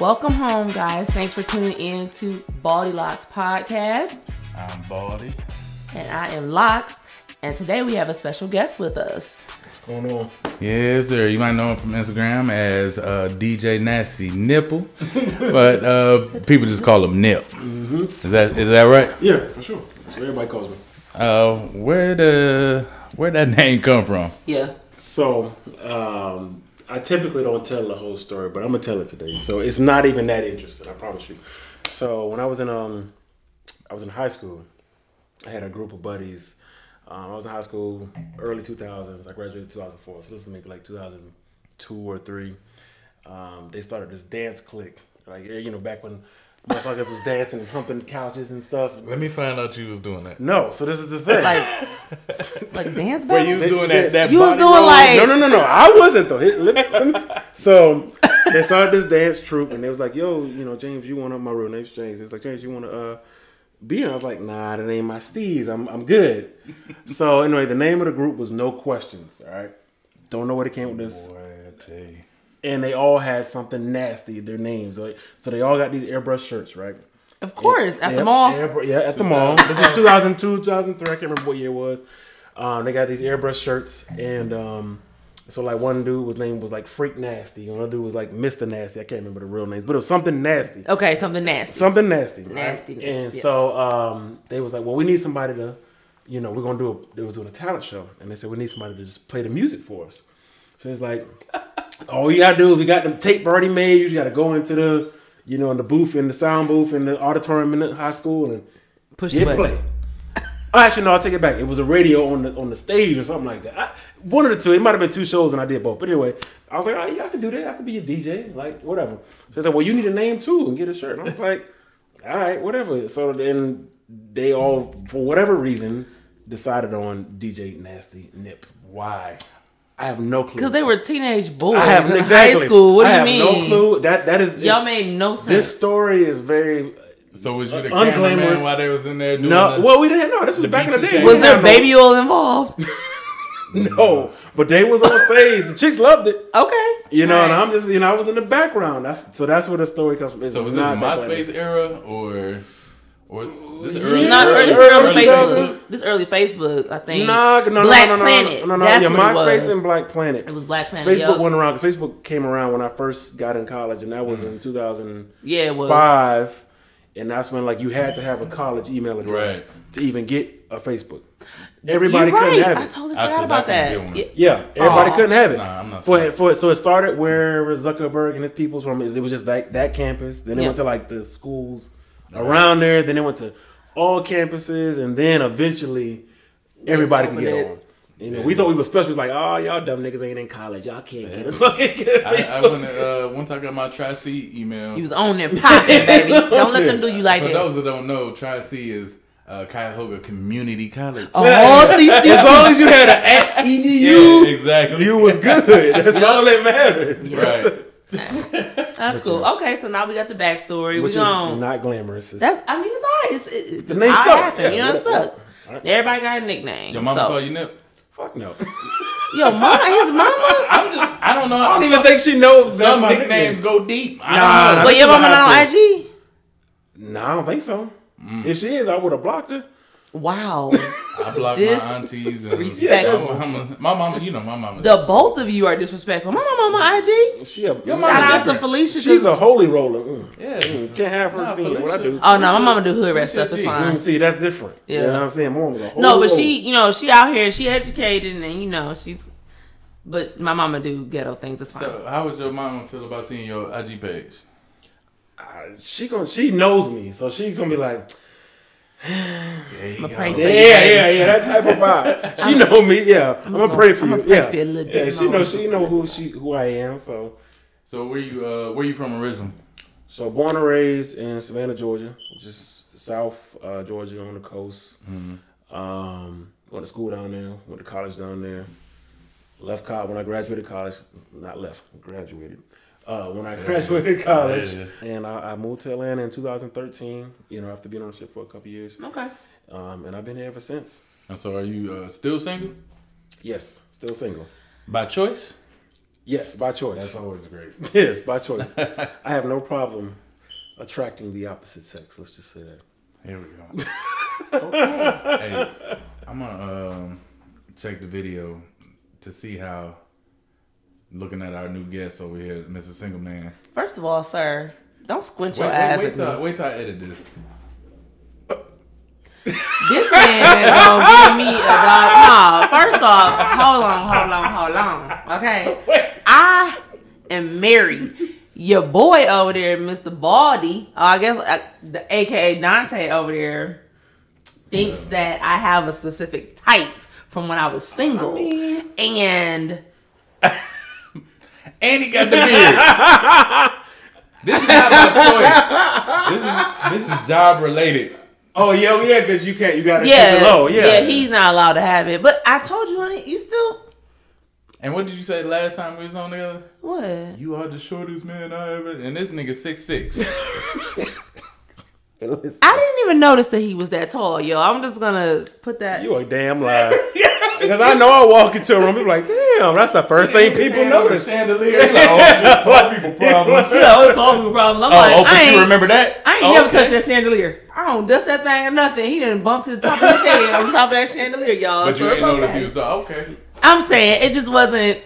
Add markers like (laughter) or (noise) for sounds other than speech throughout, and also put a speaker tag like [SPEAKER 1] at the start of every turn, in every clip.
[SPEAKER 1] Welcome home, guys. Thanks for tuning in to Baldy Locks Podcast.
[SPEAKER 2] I'm Baldy.
[SPEAKER 1] And I am Locks. And today we have a special guest with us.
[SPEAKER 3] What's going on?
[SPEAKER 2] Yes, sir. You might know him from Instagram as uh, DJ Nasty Nipple, (laughs) but uh, people just call him Nip. Is that is that right?
[SPEAKER 3] Yeah, for sure. That's what everybody calls me.
[SPEAKER 2] Uh, where the where that (laughs) name come from?
[SPEAKER 1] Yeah.
[SPEAKER 3] So, um, I typically don't tell the whole story, but I'm gonna tell it today. So it's not even that interesting, I promise you. So when I was in um, I was in high school. I had a group of buddies. Um, I was in high school early 2000s. I graduated 2004, so this is maybe like 2002 or three. Um, they started this dance clique, like you know, back when motherfuckers was dancing and humping couches and stuff.
[SPEAKER 2] Let me find out you was doing that.
[SPEAKER 3] No, so this is the thing.
[SPEAKER 1] (laughs) Like, like dance
[SPEAKER 2] Where
[SPEAKER 1] battle?
[SPEAKER 2] you was
[SPEAKER 3] They-
[SPEAKER 2] doing that?
[SPEAKER 3] yes.
[SPEAKER 2] that
[SPEAKER 1] You was
[SPEAKER 2] body
[SPEAKER 1] doing
[SPEAKER 2] roll?
[SPEAKER 1] like-
[SPEAKER 3] No, no, no, no. I wasn't though. Let me- let me- so they started this dance troupe, and they was like, "Yo, you know, James, you want to my real name's James." It was like, "James, you want to uh, be?" And I was like, "Nah, that ain't my steez. I'm, I'm good." so anyway, the name of the group was No Questions. All right, don't know where they came with this,
[SPEAKER 2] Boy, I tell you.
[SPEAKER 3] and they all had something nasty. Their names, like, so they all got these airbrush shirts, right?
[SPEAKER 1] Of course, at the
[SPEAKER 3] Yep,
[SPEAKER 1] mall.
[SPEAKER 3] airbr- yeah, at the mall. This is 2002, 2003. I can't remember what year it was. Um, they got these airbrush shirts, and um, so like one dude was named was like Freak Nasty, and another dude was like Mister Nasty. I can't remember the real names, but it was something nasty,
[SPEAKER 1] Okay, something nasty.
[SPEAKER 3] something nasty, right?
[SPEAKER 1] Nastiness,
[SPEAKER 3] And
[SPEAKER 1] yes.
[SPEAKER 3] so um, they was like, well, we need somebody to, you know, we're gonna do. A, they was doing a talent show, and they said we need somebody to just play the music for us. So
[SPEAKER 1] (laughs)
[SPEAKER 3] it's like, all you gotta do is we got the tape already made. You just gotta go into the, you know, in the booth, in the sound booth, in the auditorium in the high school, and
[SPEAKER 1] Push the
[SPEAKER 3] hit
[SPEAKER 1] button.
[SPEAKER 3] play. Oh, actually, no, I'll take it back. It was a radio on the on the stage or something like that. I, one of the two. It might have been two shows, and I did both. But anyway, I was like, oh, yeah, I could do that. I could be a DJ, like whatever. So they said, well, you need a name too, and get a shirt. And I was like, all right, whatever. So then they all, for whatever reason, decided on DJ Nasty Nip. Why? I have no clue.
[SPEAKER 1] Because they were teenage boys
[SPEAKER 3] I have
[SPEAKER 1] in
[SPEAKER 3] exactly.
[SPEAKER 1] high school. What
[SPEAKER 3] I
[SPEAKER 1] do you
[SPEAKER 3] have
[SPEAKER 1] mean?
[SPEAKER 3] No clue. That that is
[SPEAKER 1] Y'all made no sense.
[SPEAKER 3] this story is very
[SPEAKER 2] So was you the
[SPEAKER 3] Unglamorous.
[SPEAKER 2] cameraman while they was in there doing
[SPEAKER 3] no.
[SPEAKER 2] the-
[SPEAKER 3] Well, we didn't know this was back in the day.
[SPEAKER 2] BTK.
[SPEAKER 3] We
[SPEAKER 1] was
[SPEAKER 3] didn't
[SPEAKER 1] there
[SPEAKER 3] have no-
[SPEAKER 1] baby oil
[SPEAKER 3] (laughs)
[SPEAKER 1] involved?
[SPEAKER 3] No, Oh, but they
[SPEAKER 1] (laughs)
[SPEAKER 3] was on stage. The chicks loved it.
[SPEAKER 1] Okay.
[SPEAKER 3] You know, and
[SPEAKER 1] Alright.
[SPEAKER 3] I'm just you know I was in the background. That's so that's where the story comes from. It's
[SPEAKER 2] So was this
[SPEAKER 3] not that
[SPEAKER 2] MySpace era or or this early?
[SPEAKER 1] Not
[SPEAKER 3] Yeah.
[SPEAKER 1] early, this
[SPEAKER 3] Early
[SPEAKER 1] early
[SPEAKER 3] 2000s.
[SPEAKER 1] Facebook. This early Facebook, I think.
[SPEAKER 3] Nah, no, no,
[SPEAKER 1] Black
[SPEAKER 3] no, no, no,
[SPEAKER 1] Planet.
[SPEAKER 3] no, no, no,
[SPEAKER 1] That's
[SPEAKER 3] yeah,
[SPEAKER 1] what
[SPEAKER 3] MySpace
[SPEAKER 1] it was.
[SPEAKER 3] and Black Planet.
[SPEAKER 1] it was Black Planet.
[SPEAKER 3] Facebook
[SPEAKER 1] yup.
[SPEAKER 3] went around. Facebook came around when I first got in college, and that was
[SPEAKER 2] Mm.
[SPEAKER 3] in 2005,
[SPEAKER 1] Yeah, it was.
[SPEAKER 3] and that's when like you had to have a college email address
[SPEAKER 2] Right.
[SPEAKER 3] to even get a Facebook. Everybody
[SPEAKER 1] You're
[SPEAKER 3] couldn't
[SPEAKER 1] right.
[SPEAKER 3] have
[SPEAKER 1] I
[SPEAKER 3] it.
[SPEAKER 1] totally
[SPEAKER 2] I- 'cause
[SPEAKER 1] forgot
[SPEAKER 2] I
[SPEAKER 1] about
[SPEAKER 2] couldn't
[SPEAKER 1] that.
[SPEAKER 2] get one.
[SPEAKER 1] Yeah.
[SPEAKER 3] Yeah, everybody
[SPEAKER 1] Aw.
[SPEAKER 3] couldn't have it.
[SPEAKER 2] Oh. Nah, I'm not
[SPEAKER 3] for
[SPEAKER 2] smart.
[SPEAKER 3] for so it started where Zuckerberg and his peoples from. It was just like that campus. Then it
[SPEAKER 1] Yeah.
[SPEAKER 3] went to like the schools around there. Then it went to all campuses, and then eventually everybody could
[SPEAKER 1] opened
[SPEAKER 3] get
[SPEAKER 1] it.
[SPEAKER 3] on. You know, we thought we were special. It's like, oh, y'all dumb niggas ain't in college. Y'all can't get a fucking get a
[SPEAKER 2] I, I
[SPEAKER 3] Facebook.
[SPEAKER 2] went, uh, once I got my Tri C email.
[SPEAKER 1] You was on
[SPEAKER 3] (laughs)
[SPEAKER 1] there popping, baby. Don't let them do you like
[SPEAKER 2] For
[SPEAKER 1] that.
[SPEAKER 2] those that don't know, Tri C is uh, Cuyahoga Community College.
[SPEAKER 1] A whole
[SPEAKER 3] (laughs) As
[SPEAKER 1] CC.
[SPEAKER 3] long as you had an
[SPEAKER 1] (laughs)
[SPEAKER 3] at
[SPEAKER 1] E
[SPEAKER 3] edu,
[SPEAKER 2] yeah, exactly.
[SPEAKER 3] Oh, you was
[SPEAKER 2] (laughs)
[SPEAKER 3] good. That's all that mattered.
[SPEAKER 2] Right.
[SPEAKER 1] That's cool. Okay, so now we got the backstory.
[SPEAKER 3] (laughs) Which
[SPEAKER 1] we
[SPEAKER 3] is
[SPEAKER 1] gone.
[SPEAKER 3] not glamorous. It's-
[SPEAKER 1] That's. I mean, it's all right. It's, it, it's the
[SPEAKER 3] name
[SPEAKER 1] all
[SPEAKER 3] stuck.
[SPEAKER 1] Happened,
[SPEAKER 3] Yeah.
[SPEAKER 1] You know, it's stuck.
[SPEAKER 3] Alright.
[SPEAKER 1] Everybody got a nickname.
[SPEAKER 3] (laughs)
[SPEAKER 2] Your mama
[SPEAKER 1] so.
[SPEAKER 2] call you Nip. (laughs)
[SPEAKER 3] fuck no.
[SPEAKER 1] Your mama, his mama.
[SPEAKER 2] I'm just. I don't know.
[SPEAKER 3] I don't even think she knows that
[SPEAKER 2] some
[SPEAKER 3] my
[SPEAKER 2] nicknames go deep. I
[SPEAKER 3] Nah,
[SPEAKER 2] don't know.
[SPEAKER 3] nah.
[SPEAKER 1] But your
[SPEAKER 3] That's
[SPEAKER 1] mama
[SPEAKER 3] what I
[SPEAKER 1] not on IG.
[SPEAKER 3] No, I don't think so. If she is, I would have blocked her.
[SPEAKER 1] Wow.
[SPEAKER 2] I blocked
[SPEAKER 1] Dis-
[SPEAKER 2] my aunties and
[SPEAKER 1] Respect.
[SPEAKER 2] my, mama, my mama. You know my mama.
[SPEAKER 1] the both of you are disrespectful. My mama on IG.
[SPEAKER 3] She a
[SPEAKER 2] mama
[SPEAKER 1] Shout out to
[SPEAKER 2] different.
[SPEAKER 1] Felicia.
[SPEAKER 3] She's
[SPEAKER 1] 'cause-
[SPEAKER 3] a holy roller. Mm.
[SPEAKER 2] yeah.
[SPEAKER 3] Mm. Can't have her
[SPEAKER 2] Nah,
[SPEAKER 3] seeing what I do.
[SPEAKER 2] Felicia.
[SPEAKER 1] Oh no, my mama do hood rat
[SPEAKER 2] Felicia
[SPEAKER 1] stuff. It's
[SPEAKER 2] G.
[SPEAKER 1] fine.
[SPEAKER 3] Mm, See, that's different.
[SPEAKER 1] Yeah.
[SPEAKER 3] You know what I'm saying? Mom was a holy
[SPEAKER 1] No, but
[SPEAKER 3] roller.
[SPEAKER 1] she, you know, she out here, she educated, and you know, she's. But my mama do ghetto things. It's fine.
[SPEAKER 2] So how would your mama feel about seeing your IG page?
[SPEAKER 3] Uh, she gon' she knows me, so shease gonna be like,
[SPEAKER 1] I'ma pray for
[SPEAKER 3] yeah,
[SPEAKER 1] you.
[SPEAKER 3] yeah, yeah, that type of
[SPEAKER 1] (laughs)
[SPEAKER 3] vibe. she know me, yeah. I'm gonna pray for
[SPEAKER 1] I'ma
[SPEAKER 3] you,
[SPEAKER 1] pray
[SPEAKER 3] yeah.
[SPEAKER 1] for you a little
[SPEAKER 3] Yeah,
[SPEAKER 1] bit
[SPEAKER 3] she
[SPEAKER 1] longer.
[SPEAKER 3] know she know who she who I am. So
[SPEAKER 2] So where you uh, where you from originally?
[SPEAKER 3] so born and raised in Savannah, Georgia, just south uh, Georgia on the coast.
[SPEAKER 2] Mm-hmm.
[SPEAKER 3] Um, went to school down there, went to college down there. Left college when I graduated college, not left, graduated. Uh, when I graduated (laughs) college,
[SPEAKER 2] Yeah.
[SPEAKER 3] and I, I moved to Atlanta in 2013. You know, after being on the ship for a couple years,
[SPEAKER 1] Okay.
[SPEAKER 3] um, and I've been here ever since.
[SPEAKER 2] And so, are you uh, still single
[SPEAKER 3] Yes, still single.
[SPEAKER 2] by choice?
[SPEAKER 3] Yes, by choice.
[SPEAKER 2] always great.
[SPEAKER 3] (laughs) yes, by choice. (laughs) I have no problem attracting the opposite sex. Let's just say that.
[SPEAKER 2] Here we go.
[SPEAKER 3] (laughs)
[SPEAKER 2] Hey, I'm gonna um, check the video to see how. Looking at our new guest over here, Mr. Single Man.
[SPEAKER 1] First of all, sir, don't squint
[SPEAKER 2] Wait,
[SPEAKER 1] your
[SPEAKER 2] wait,
[SPEAKER 1] eyes
[SPEAKER 2] wait,
[SPEAKER 1] at me.
[SPEAKER 2] till, wait till I edit this.
[SPEAKER 1] This man gonna give me a dog. No, first off, hold on, hold on, hold on. Okay, I am married. Your boy over there, Mr. Baldy, uh, I guess uh, the AKA Dante over there, thinks that I have a specific type from when I was single, and
[SPEAKER 2] And he got the beard.
[SPEAKER 3] (laughs)
[SPEAKER 2] this is not my choice. This is this is job related.
[SPEAKER 3] Oh yeah, well, yeah, because you can't. You gotta keep
[SPEAKER 1] yeah,
[SPEAKER 3] it low. Yeah, (laughs)
[SPEAKER 1] he's not allowed to have it. But I told you, honey, you still
[SPEAKER 2] And what did you say last time we was on together?
[SPEAKER 1] what?
[SPEAKER 2] You are the shortest man I ever. And this nigga six six.
[SPEAKER 1] I didn't even notice that he was that tall, yo. I'm just gonna put that. (laughs)
[SPEAKER 3] You a (laughs) damn liar. Because I know I walk into a room, people like, damn, that's the first thing people notice. (laughs)
[SPEAKER 2] Chandelier. It's like, oh, poor people problems.
[SPEAKER 1] Yeah, it's all the problem. I'm like,
[SPEAKER 2] Oh,
[SPEAKER 1] I
[SPEAKER 2] Oprah,
[SPEAKER 1] ain't,
[SPEAKER 2] you remember that?
[SPEAKER 1] I ain't
[SPEAKER 2] Oh,
[SPEAKER 1] never
[SPEAKER 2] okay.
[SPEAKER 1] touched that chandelier. I don't dust that thing or nothing. He didn't bump to the top of his head on top of that chandelier, y'all.
[SPEAKER 2] But
[SPEAKER 1] so
[SPEAKER 2] you
[SPEAKER 1] it's
[SPEAKER 2] ain't noticed
[SPEAKER 1] okay.
[SPEAKER 2] he was tall. Okay.
[SPEAKER 1] I'm saying it just wasn't.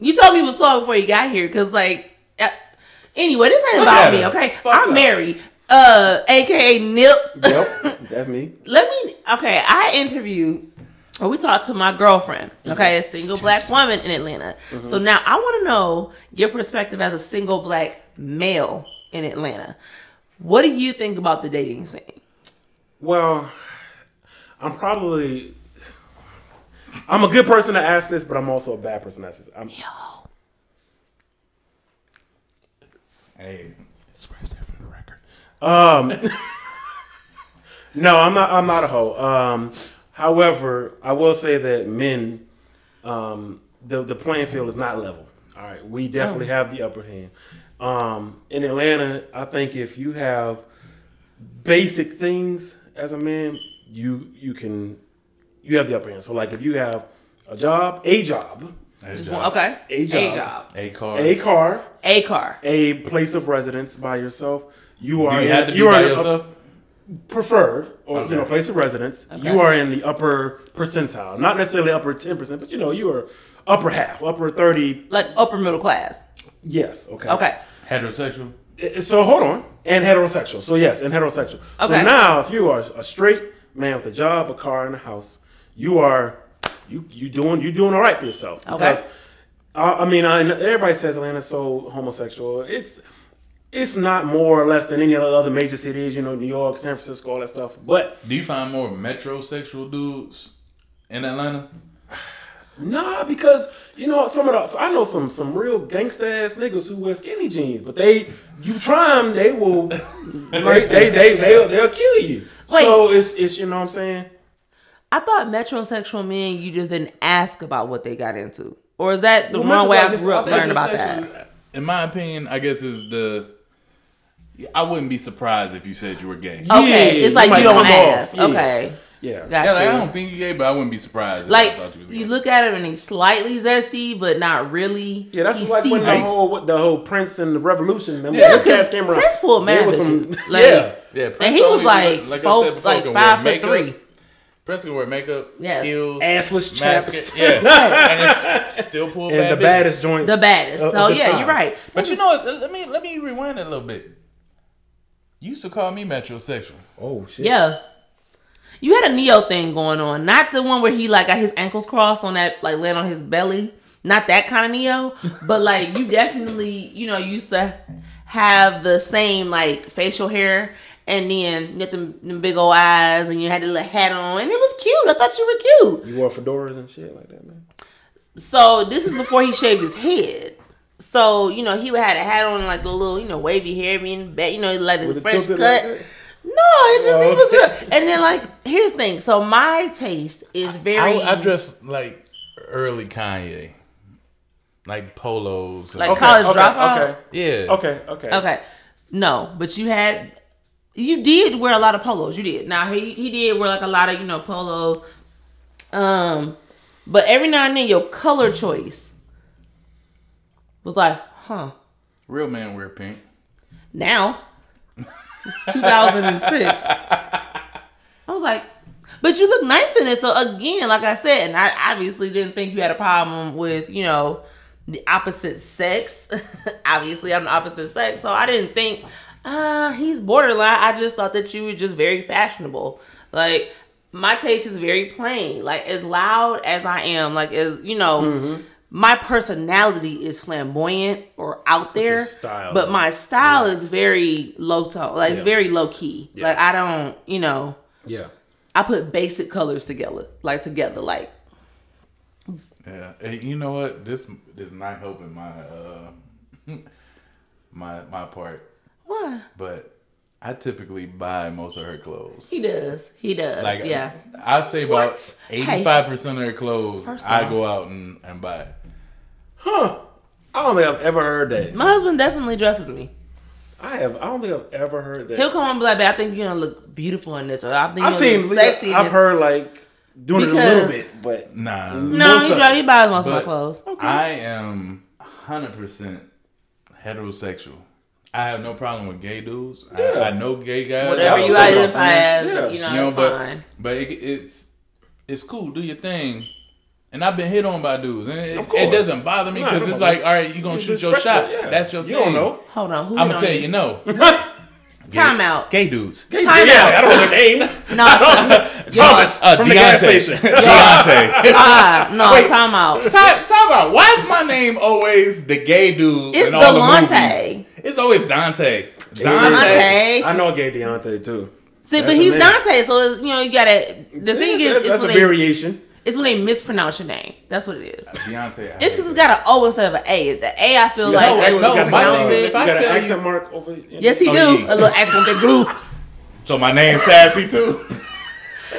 [SPEAKER 1] You told me he was tall before you got here, cause like, uh, anyway, this ain't
[SPEAKER 2] Look
[SPEAKER 1] about
[SPEAKER 2] at
[SPEAKER 1] me.
[SPEAKER 2] her.
[SPEAKER 1] Okay,
[SPEAKER 2] Fuck
[SPEAKER 1] I'm
[SPEAKER 2] her.
[SPEAKER 1] married. Uh, aka Nip. (laughs)
[SPEAKER 3] yep, that's me.
[SPEAKER 1] let me okay i interviewed or we talked to my girlfriend
[SPEAKER 3] Mm-hmm.
[SPEAKER 1] okay a single black woman in atlanta so now i want to know your perspective as a single black male in atlanta what do you think about the dating scene
[SPEAKER 3] Well, I'm probably. I'm a good person to ask this, but I'm also a bad person to ask this. I'm,
[SPEAKER 2] Hey.
[SPEAKER 3] no, I'm not. I'm not a hoe. Um, however, I will say that men, um, the the playing field is not level. All right, we definitely have the upper hand. Um, in Atlanta, I think if you have basic things as a man, you you can you have the upper hand. So like if you have a job, a job,
[SPEAKER 1] Just one- okay
[SPEAKER 3] A job.
[SPEAKER 2] A car.
[SPEAKER 3] a car,
[SPEAKER 1] a car
[SPEAKER 3] a place of residence by yourself, you
[SPEAKER 2] Do
[SPEAKER 3] are
[SPEAKER 2] you
[SPEAKER 3] in-
[SPEAKER 2] have to be
[SPEAKER 3] you are
[SPEAKER 2] by
[SPEAKER 3] in-
[SPEAKER 2] yourself?
[SPEAKER 3] preferred or
[SPEAKER 2] Okay.
[SPEAKER 3] you know place of residence, you are in the upper percentile, not necessarily upper ten percent, but you know you are upper half, upper thirty.
[SPEAKER 1] like upper middle class
[SPEAKER 3] Yes, okay,
[SPEAKER 1] okay
[SPEAKER 2] Heterosexual.
[SPEAKER 3] I- So hold on, and heterosexual. So yes, and heterosexual.
[SPEAKER 1] Okay.
[SPEAKER 3] So now, if you are a straight man with a job, a car, and a house, you are you you doing you doing all right for yourself.
[SPEAKER 1] Okay.
[SPEAKER 3] I, I mean, I, everybody says Atlanta's so homosexual. It's it's not more or less than any other major cities, you know, New York, San Francisco, all that stuff. But
[SPEAKER 2] Do you find more metrosexual dudes in Atlanta?
[SPEAKER 3] Nah, because you know some of the so I know some some real gangsta ass niggas who wear skinny jeans, but they you try them, they
[SPEAKER 2] (laughs)
[SPEAKER 3] will like, they they they'll, they'll kill you. So it's it's you know what I'm saying.
[SPEAKER 1] i thought metrosexual men you just didn't ask about what they got into or is that the
[SPEAKER 3] Well,
[SPEAKER 1] wrong way
[SPEAKER 3] metrosexual-
[SPEAKER 1] i grew up
[SPEAKER 3] I think
[SPEAKER 1] learning about
[SPEAKER 2] Metrosexual,
[SPEAKER 1] that
[SPEAKER 2] In my opinion, I guess is the. I wouldn't be surprised if you said you were gay.
[SPEAKER 1] okay
[SPEAKER 3] Yeah,
[SPEAKER 1] it's like
[SPEAKER 3] might
[SPEAKER 1] you don't
[SPEAKER 3] come off.
[SPEAKER 1] ask
[SPEAKER 3] Yeah.
[SPEAKER 1] okay
[SPEAKER 3] Yeah.
[SPEAKER 1] got
[SPEAKER 2] Yeah, like,
[SPEAKER 1] you
[SPEAKER 2] I don't think you gay, but I wouldn't be surprised. If I
[SPEAKER 1] Like
[SPEAKER 2] thought you, was gay.
[SPEAKER 1] you look at him and he's slightly zesty, but not really.
[SPEAKER 3] Yeah, that's
[SPEAKER 1] he
[SPEAKER 3] like when the
[SPEAKER 1] seasoned.
[SPEAKER 3] whole what the whole Prince and the Revolution. Them
[SPEAKER 1] Yeah,
[SPEAKER 3] them cats
[SPEAKER 1] because
[SPEAKER 3] came around.
[SPEAKER 1] Prince pulled
[SPEAKER 3] There
[SPEAKER 1] mad
[SPEAKER 3] was
[SPEAKER 1] bitches.
[SPEAKER 3] some-
[SPEAKER 1] Like,
[SPEAKER 3] yeah.
[SPEAKER 2] yeah,
[SPEAKER 1] and he was like, four- like
[SPEAKER 2] can
[SPEAKER 1] five
[SPEAKER 2] wear
[SPEAKER 1] foot three.
[SPEAKER 2] Prince can wear makeup,
[SPEAKER 1] Yes.
[SPEAKER 2] heels,
[SPEAKER 3] Assless
[SPEAKER 2] mask,
[SPEAKER 1] (laughs)
[SPEAKER 3] chaps.
[SPEAKER 2] yeah, and it's still pull
[SPEAKER 3] And the
[SPEAKER 2] bad bitches.
[SPEAKER 3] baddest joints.
[SPEAKER 1] the baddest.
[SPEAKER 3] of- of
[SPEAKER 1] so
[SPEAKER 3] the
[SPEAKER 1] yeah,
[SPEAKER 3] time.
[SPEAKER 1] you're right.
[SPEAKER 2] But you know, what? let me let me rewind it a little bit. You used to call me metrosexual.
[SPEAKER 3] Oh shit.
[SPEAKER 1] yeah, you had a Neo thing going on, not the one where he like got his ankles crossed on that, like laying on his belly. Not that kind of
[SPEAKER 3] (laughs)
[SPEAKER 1] Neo, but like you definitely, you know, used to have the same like facial hair. And then you had them, them big old eyes, and you had the little hat on, and it was cute. I thought you were cute.
[SPEAKER 3] You wore fedoras and shit like that, man.
[SPEAKER 1] So this is before he shaved his head. So you know he had a hat on, like a little you know wavy hair being back, you know like
[SPEAKER 3] Was
[SPEAKER 1] a
[SPEAKER 3] it
[SPEAKER 1] fresh cut.
[SPEAKER 3] tilted like that?
[SPEAKER 1] no, it just
[SPEAKER 3] Oh,
[SPEAKER 1] it was
[SPEAKER 3] okay.
[SPEAKER 1] good. And then like here's the thing. So my taste is very
[SPEAKER 2] I, I dress like early Kanye, like polos,
[SPEAKER 1] Like college dropout.
[SPEAKER 3] Okay.
[SPEAKER 2] yeah,
[SPEAKER 3] Okay. Okay.
[SPEAKER 1] Okay. No, but you had you did wear a lot of polos. You did. Now he he did wear like a lot of, you know, polos. Um, but every now and then your color choice was like, huh.
[SPEAKER 2] Real man wear pink.
[SPEAKER 1] Now, it's 2006. I was like, but you look nice in it. So again, like I said, and I obviously didn't think you had a problem with you know the opposite sex. (laughs) obviously, I'm the opposite sex, so I didn't think uh, he's borderline. I just thought that you were just very fashionable. Like my taste is very plain. Like as loud as I am, like as you know. My personality is flamboyant or out there,
[SPEAKER 3] style
[SPEAKER 1] but my
[SPEAKER 3] is-
[SPEAKER 1] style is very low tone, like
[SPEAKER 3] Yeah.
[SPEAKER 1] very low key. Like I don't, you know,
[SPEAKER 3] Yeah.
[SPEAKER 1] I put basic colors together, like together, like
[SPEAKER 2] Yeah, and you know what? This is not helping my uh, (laughs) my my part,
[SPEAKER 1] what
[SPEAKER 2] but I typically buy most of her clothes.
[SPEAKER 1] he does, he does,
[SPEAKER 2] Like
[SPEAKER 1] yeah.
[SPEAKER 3] uh,
[SPEAKER 2] I say about
[SPEAKER 1] What? Hey.
[SPEAKER 2] eighty five percent of her clothes
[SPEAKER 1] First
[SPEAKER 2] I
[SPEAKER 1] off.
[SPEAKER 2] go out and, and buy.
[SPEAKER 3] Huh. I don't think I've ever heard that.
[SPEAKER 1] My husband definitely dresses me.
[SPEAKER 3] I have. I don't think I've ever heard that.
[SPEAKER 1] He'll come on and be like, "Babe, I think you're gonna look beautiful in this," or "I think
[SPEAKER 3] I've
[SPEAKER 1] you're
[SPEAKER 3] seen.
[SPEAKER 1] gonna look sexy." in
[SPEAKER 3] I've
[SPEAKER 1] this."
[SPEAKER 3] heard like doing it a little
[SPEAKER 1] Because-
[SPEAKER 3] bit, but
[SPEAKER 2] Nah,
[SPEAKER 1] No,
[SPEAKER 3] most
[SPEAKER 1] he,
[SPEAKER 3] of
[SPEAKER 1] dri-
[SPEAKER 3] it.
[SPEAKER 1] he buys most of my
[SPEAKER 2] but
[SPEAKER 1] clothes.
[SPEAKER 2] I am hundred percent heterosexual. I have no problem with gay dudes.
[SPEAKER 3] Yeah.
[SPEAKER 2] I, I know gay guys.
[SPEAKER 1] Whatever you
[SPEAKER 3] absolutely.
[SPEAKER 1] identify as,
[SPEAKER 3] Yeah.
[SPEAKER 1] you know,
[SPEAKER 2] you know,
[SPEAKER 1] it's
[SPEAKER 2] but
[SPEAKER 1] fine.
[SPEAKER 2] but it, it's it's cool. Do your thing. And I've been hit on by dudes, and it,
[SPEAKER 3] Of
[SPEAKER 2] it
[SPEAKER 3] course.
[SPEAKER 2] doesn't bother me
[SPEAKER 3] Nah,
[SPEAKER 2] because
[SPEAKER 3] come
[SPEAKER 2] it's
[SPEAKER 3] on,
[SPEAKER 2] like, all right, you gonna shoot your shot.
[SPEAKER 3] Disrespectful, yeah.
[SPEAKER 2] That's your
[SPEAKER 3] You
[SPEAKER 2] thing.
[SPEAKER 3] don't
[SPEAKER 1] (laughs)
[SPEAKER 3] know. (laughs)
[SPEAKER 1] Hold on, who
[SPEAKER 2] I'm
[SPEAKER 1] don't
[SPEAKER 2] gonna tell
[SPEAKER 1] need-
[SPEAKER 2] you no.
[SPEAKER 1] Time
[SPEAKER 3] (laughs)
[SPEAKER 1] out.
[SPEAKER 2] Gay dudes.
[SPEAKER 3] Hey,
[SPEAKER 1] Time
[SPEAKER 3] yeah,
[SPEAKER 1] out.
[SPEAKER 3] I don't know names.
[SPEAKER 1] (laughs) No, time,
[SPEAKER 3] (laughs) Thomas
[SPEAKER 2] Uh,
[SPEAKER 3] from the gas
[SPEAKER 2] Deontay. (laughs)
[SPEAKER 3] station.
[SPEAKER 1] (laughs)
[SPEAKER 2] Deontay.
[SPEAKER 1] ah, no,
[SPEAKER 3] Wait.
[SPEAKER 1] time out.
[SPEAKER 2] Time, time out. Why is my name always the gay dude?
[SPEAKER 1] It's
[SPEAKER 2] in all the
[SPEAKER 1] Delonte.
[SPEAKER 2] movies? It's always Dante. Dante.
[SPEAKER 1] Dante.
[SPEAKER 3] I know gay Deontay too.
[SPEAKER 1] See, but
[SPEAKER 3] That's
[SPEAKER 1] he's
[SPEAKER 3] amazing.
[SPEAKER 1] Dante, so it's, you know you gotta. The thing is,
[SPEAKER 3] That's-
[SPEAKER 1] it's
[SPEAKER 3] that's a
[SPEAKER 1] when, they,
[SPEAKER 3] variation.
[SPEAKER 1] it's when they mispronounce your name. That's what it is.
[SPEAKER 2] Deontay. I
[SPEAKER 1] It's because
[SPEAKER 2] hate
[SPEAKER 1] it's
[SPEAKER 2] that.
[SPEAKER 1] got an O instead of an A. The A, I feel like
[SPEAKER 2] no,
[SPEAKER 1] that's
[SPEAKER 2] it's
[SPEAKER 1] what
[SPEAKER 2] no,
[SPEAKER 1] you
[SPEAKER 2] my
[SPEAKER 1] pronounce it.
[SPEAKER 2] thing- if I
[SPEAKER 3] you got
[SPEAKER 2] tell
[SPEAKER 3] an
[SPEAKER 2] you-
[SPEAKER 3] accent mark over.
[SPEAKER 1] Yes, he
[SPEAKER 2] Oh,
[SPEAKER 1] do. A
[SPEAKER 2] yeah.
[SPEAKER 1] little accent with the group.
[SPEAKER 2] So my name's Sassy too.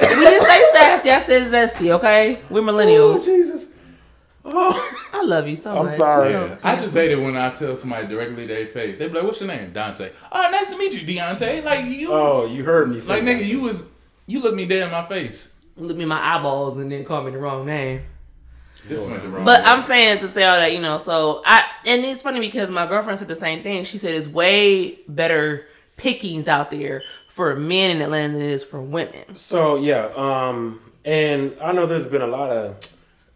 [SPEAKER 1] We didn't say sassy. I said zesty. Okay, we're
[SPEAKER 3] Oh
[SPEAKER 1] millennials.
[SPEAKER 3] Jesus. Oh. (laughs)
[SPEAKER 1] I love you so much.
[SPEAKER 3] sorry.
[SPEAKER 1] You're so-
[SPEAKER 2] Yeah. I just hate it when I tell somebody directly their face. They be like, "What's your name, Dante?" Oh, nice to meet you, Deontay. Like you,
[SPEAKER 3] Oh, you heard me say
[SPEAKER 2] like
[SPEAKER 3] that.
[SPEAKER 2] nigga, you was you looked me dead in my face.
[SPEAKER 1] Look me in my eyeballs and then call me the wrong name.
[SPEAKER 2] This went the wrong.
[SPEAKER 1] But
[SPEAKER 2] way.
[SPEAKER 1] I'm saying to say all that, you know. So I and it's funny because my girlfriend said the same thing. She said it's way better pickings out there for men in Atlanta than it is for women.
[SPEAKER 3] So yeah, um, and I know there's been a lot of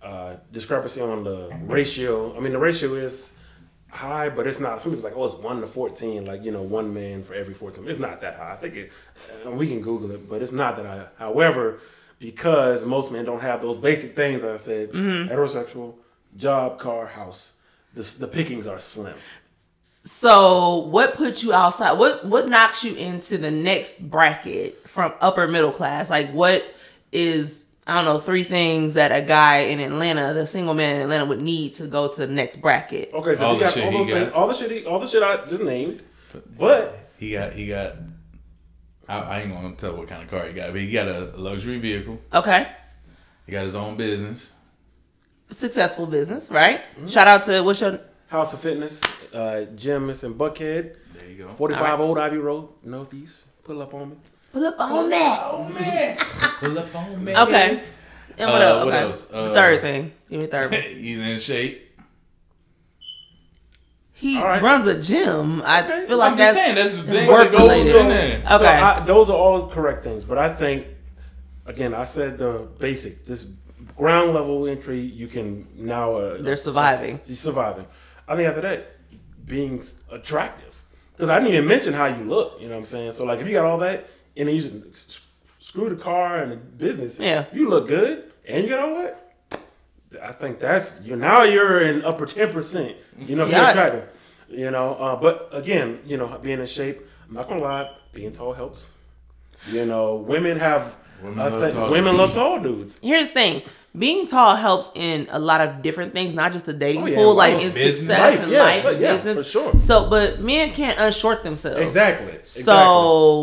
[SPEAKER 3] uh, discrepancy on the ratio. I mean, the ratio is high, but it's not. Some people's like, oh, it's one to fourteen, like you know, one man for every fourteen. It's not that high. I think it, and we can Google it, but it's not that high. However, because most men don't have those basic things I said: heterosexual, job, car, house. The, the pickings are slim.
[SPEAKER 1] So what put you outside? What what knocks you into the next bracket from upper middle class? Like what is I don't know three things that a guy in Atlanta, the single man in Atlanta, would need to go to the next bracket.
[SPEAKER 3] Okay, so
[SPEAKER 2] All
[SPEAKER 3] we
[SPEAKER 2] the
[SPEAKER 3] got
[SPEAKER 2] shit
[SPEAKER 3] all
[SPEAKER 2] he
[SPEAKER 3] those
[SPEAKER 2] got.
[SPEAKER 3] things, all the shit, he, all the shit I just named, but.
[SPEAKER 2] he got he got. I, I ain't gonna tell what kind of car he got, but he got a luxury vehicle.
[SPEAKER 1] Okay,
[SPEAKER 2] He got his own business.
[SPEAKER 1] successful business, right? Shout out to what's your
[SPEAKER 3] House of Fitness, uh, gym is in Buckhead,
[SPEAKER 2] There you go.
[SPEAKER 3] 45
[SPEAKER 1] All right.
[SPEAKER 3] Old Ivy Road, Northeast. Pull up on me.
[SPEAKER 1] pull up on that.
[SPEAKER 2] Oh man, pull up on me.
[SPEAKER 1] Okay, and what
[SPEAKER 2] Uh,
[SPEAKER 1] else?
[SPEAKER 2] what
[SPEAKER 1] okay.
[SPEAKER 2] else? Uh,
[SPEAKER 1] the third thing. Give me the third. One.
[SPEAKER 2] He's in shape.
[SPEAKER 1] He
[SPEAKER 3] All right, so-
[SPEAKER 1] runs a gym. I
[SPEAKER 3] Okay,
[SPEAKER 1] feel like
[SPEAKER 2] I'm
[SPEAKER 1] that's
[SPEAKER 2] just saying that's the thing
[SPEAKER 1] work
[SPEAKER 2] that goes
[SPEAKER 1] related.
[SPEAKER 2] in there.
[SPEAKER 1] Okay.
[SPEAKER 3] So I, those are all correct things, but I think, again, I said the basic, this ground level entry, you can now. Uh,
[SPEAKER 1] They're surviving.
[SPEAKER 3] You're surviving. I think after that, being s- attractive. Because I didn't even mention how you look, you know what I'm saying? So, like, if you got all that, and then you just s- screw the car and the business,
[SPEAKER 1] Yeah.
[SPEAKER 3] you look good, and you got all that. I think that's you now you're in upper ten percent. You know, if you're
[SPEAKER 1] Yeah.
[SPEAKER 3] attractive. You know, uh, but again, you know, being in shape, I'm not gonna lie, being tall helps. You know, women have
[SPEAKER 2] Women
[SPEAKER 3] I
[SPEAKER 2] love
[SPEAKER 3] think-
[SPEAKER 2] tall
[SPEAKER 3] women
[SPEAKER 2] dudes.
[SPEAKER 3] love tall dudes.
[SPEAKER 1] here's the thing being tall helps in a lot of different things not just the dating
[SPEAKER 3] Oh, yeah,
[SPEAKER 1] pool like
[SPEAKER 3] life,
[SPEAKER 1] in
[SPEAKER 2] business.
[SPEAKER 1] success
[SPEAKER 3] Life,
[SPEAKER 1] and
[SPEAKER 3] yeah,
[SPEAKER 1] life
[SPEAKER 3] so-
[SPEAKER 1] and
[SPEAKER 3] yeah,
[SPEAKER 1] business
[SPEAKER 3] for sure.
[SPEAKER 1] so but men can't unshort themselves
[SPEAKER 3] Exactly.
[SPEAKER 1] So-
[SPEAKER 3] exactly.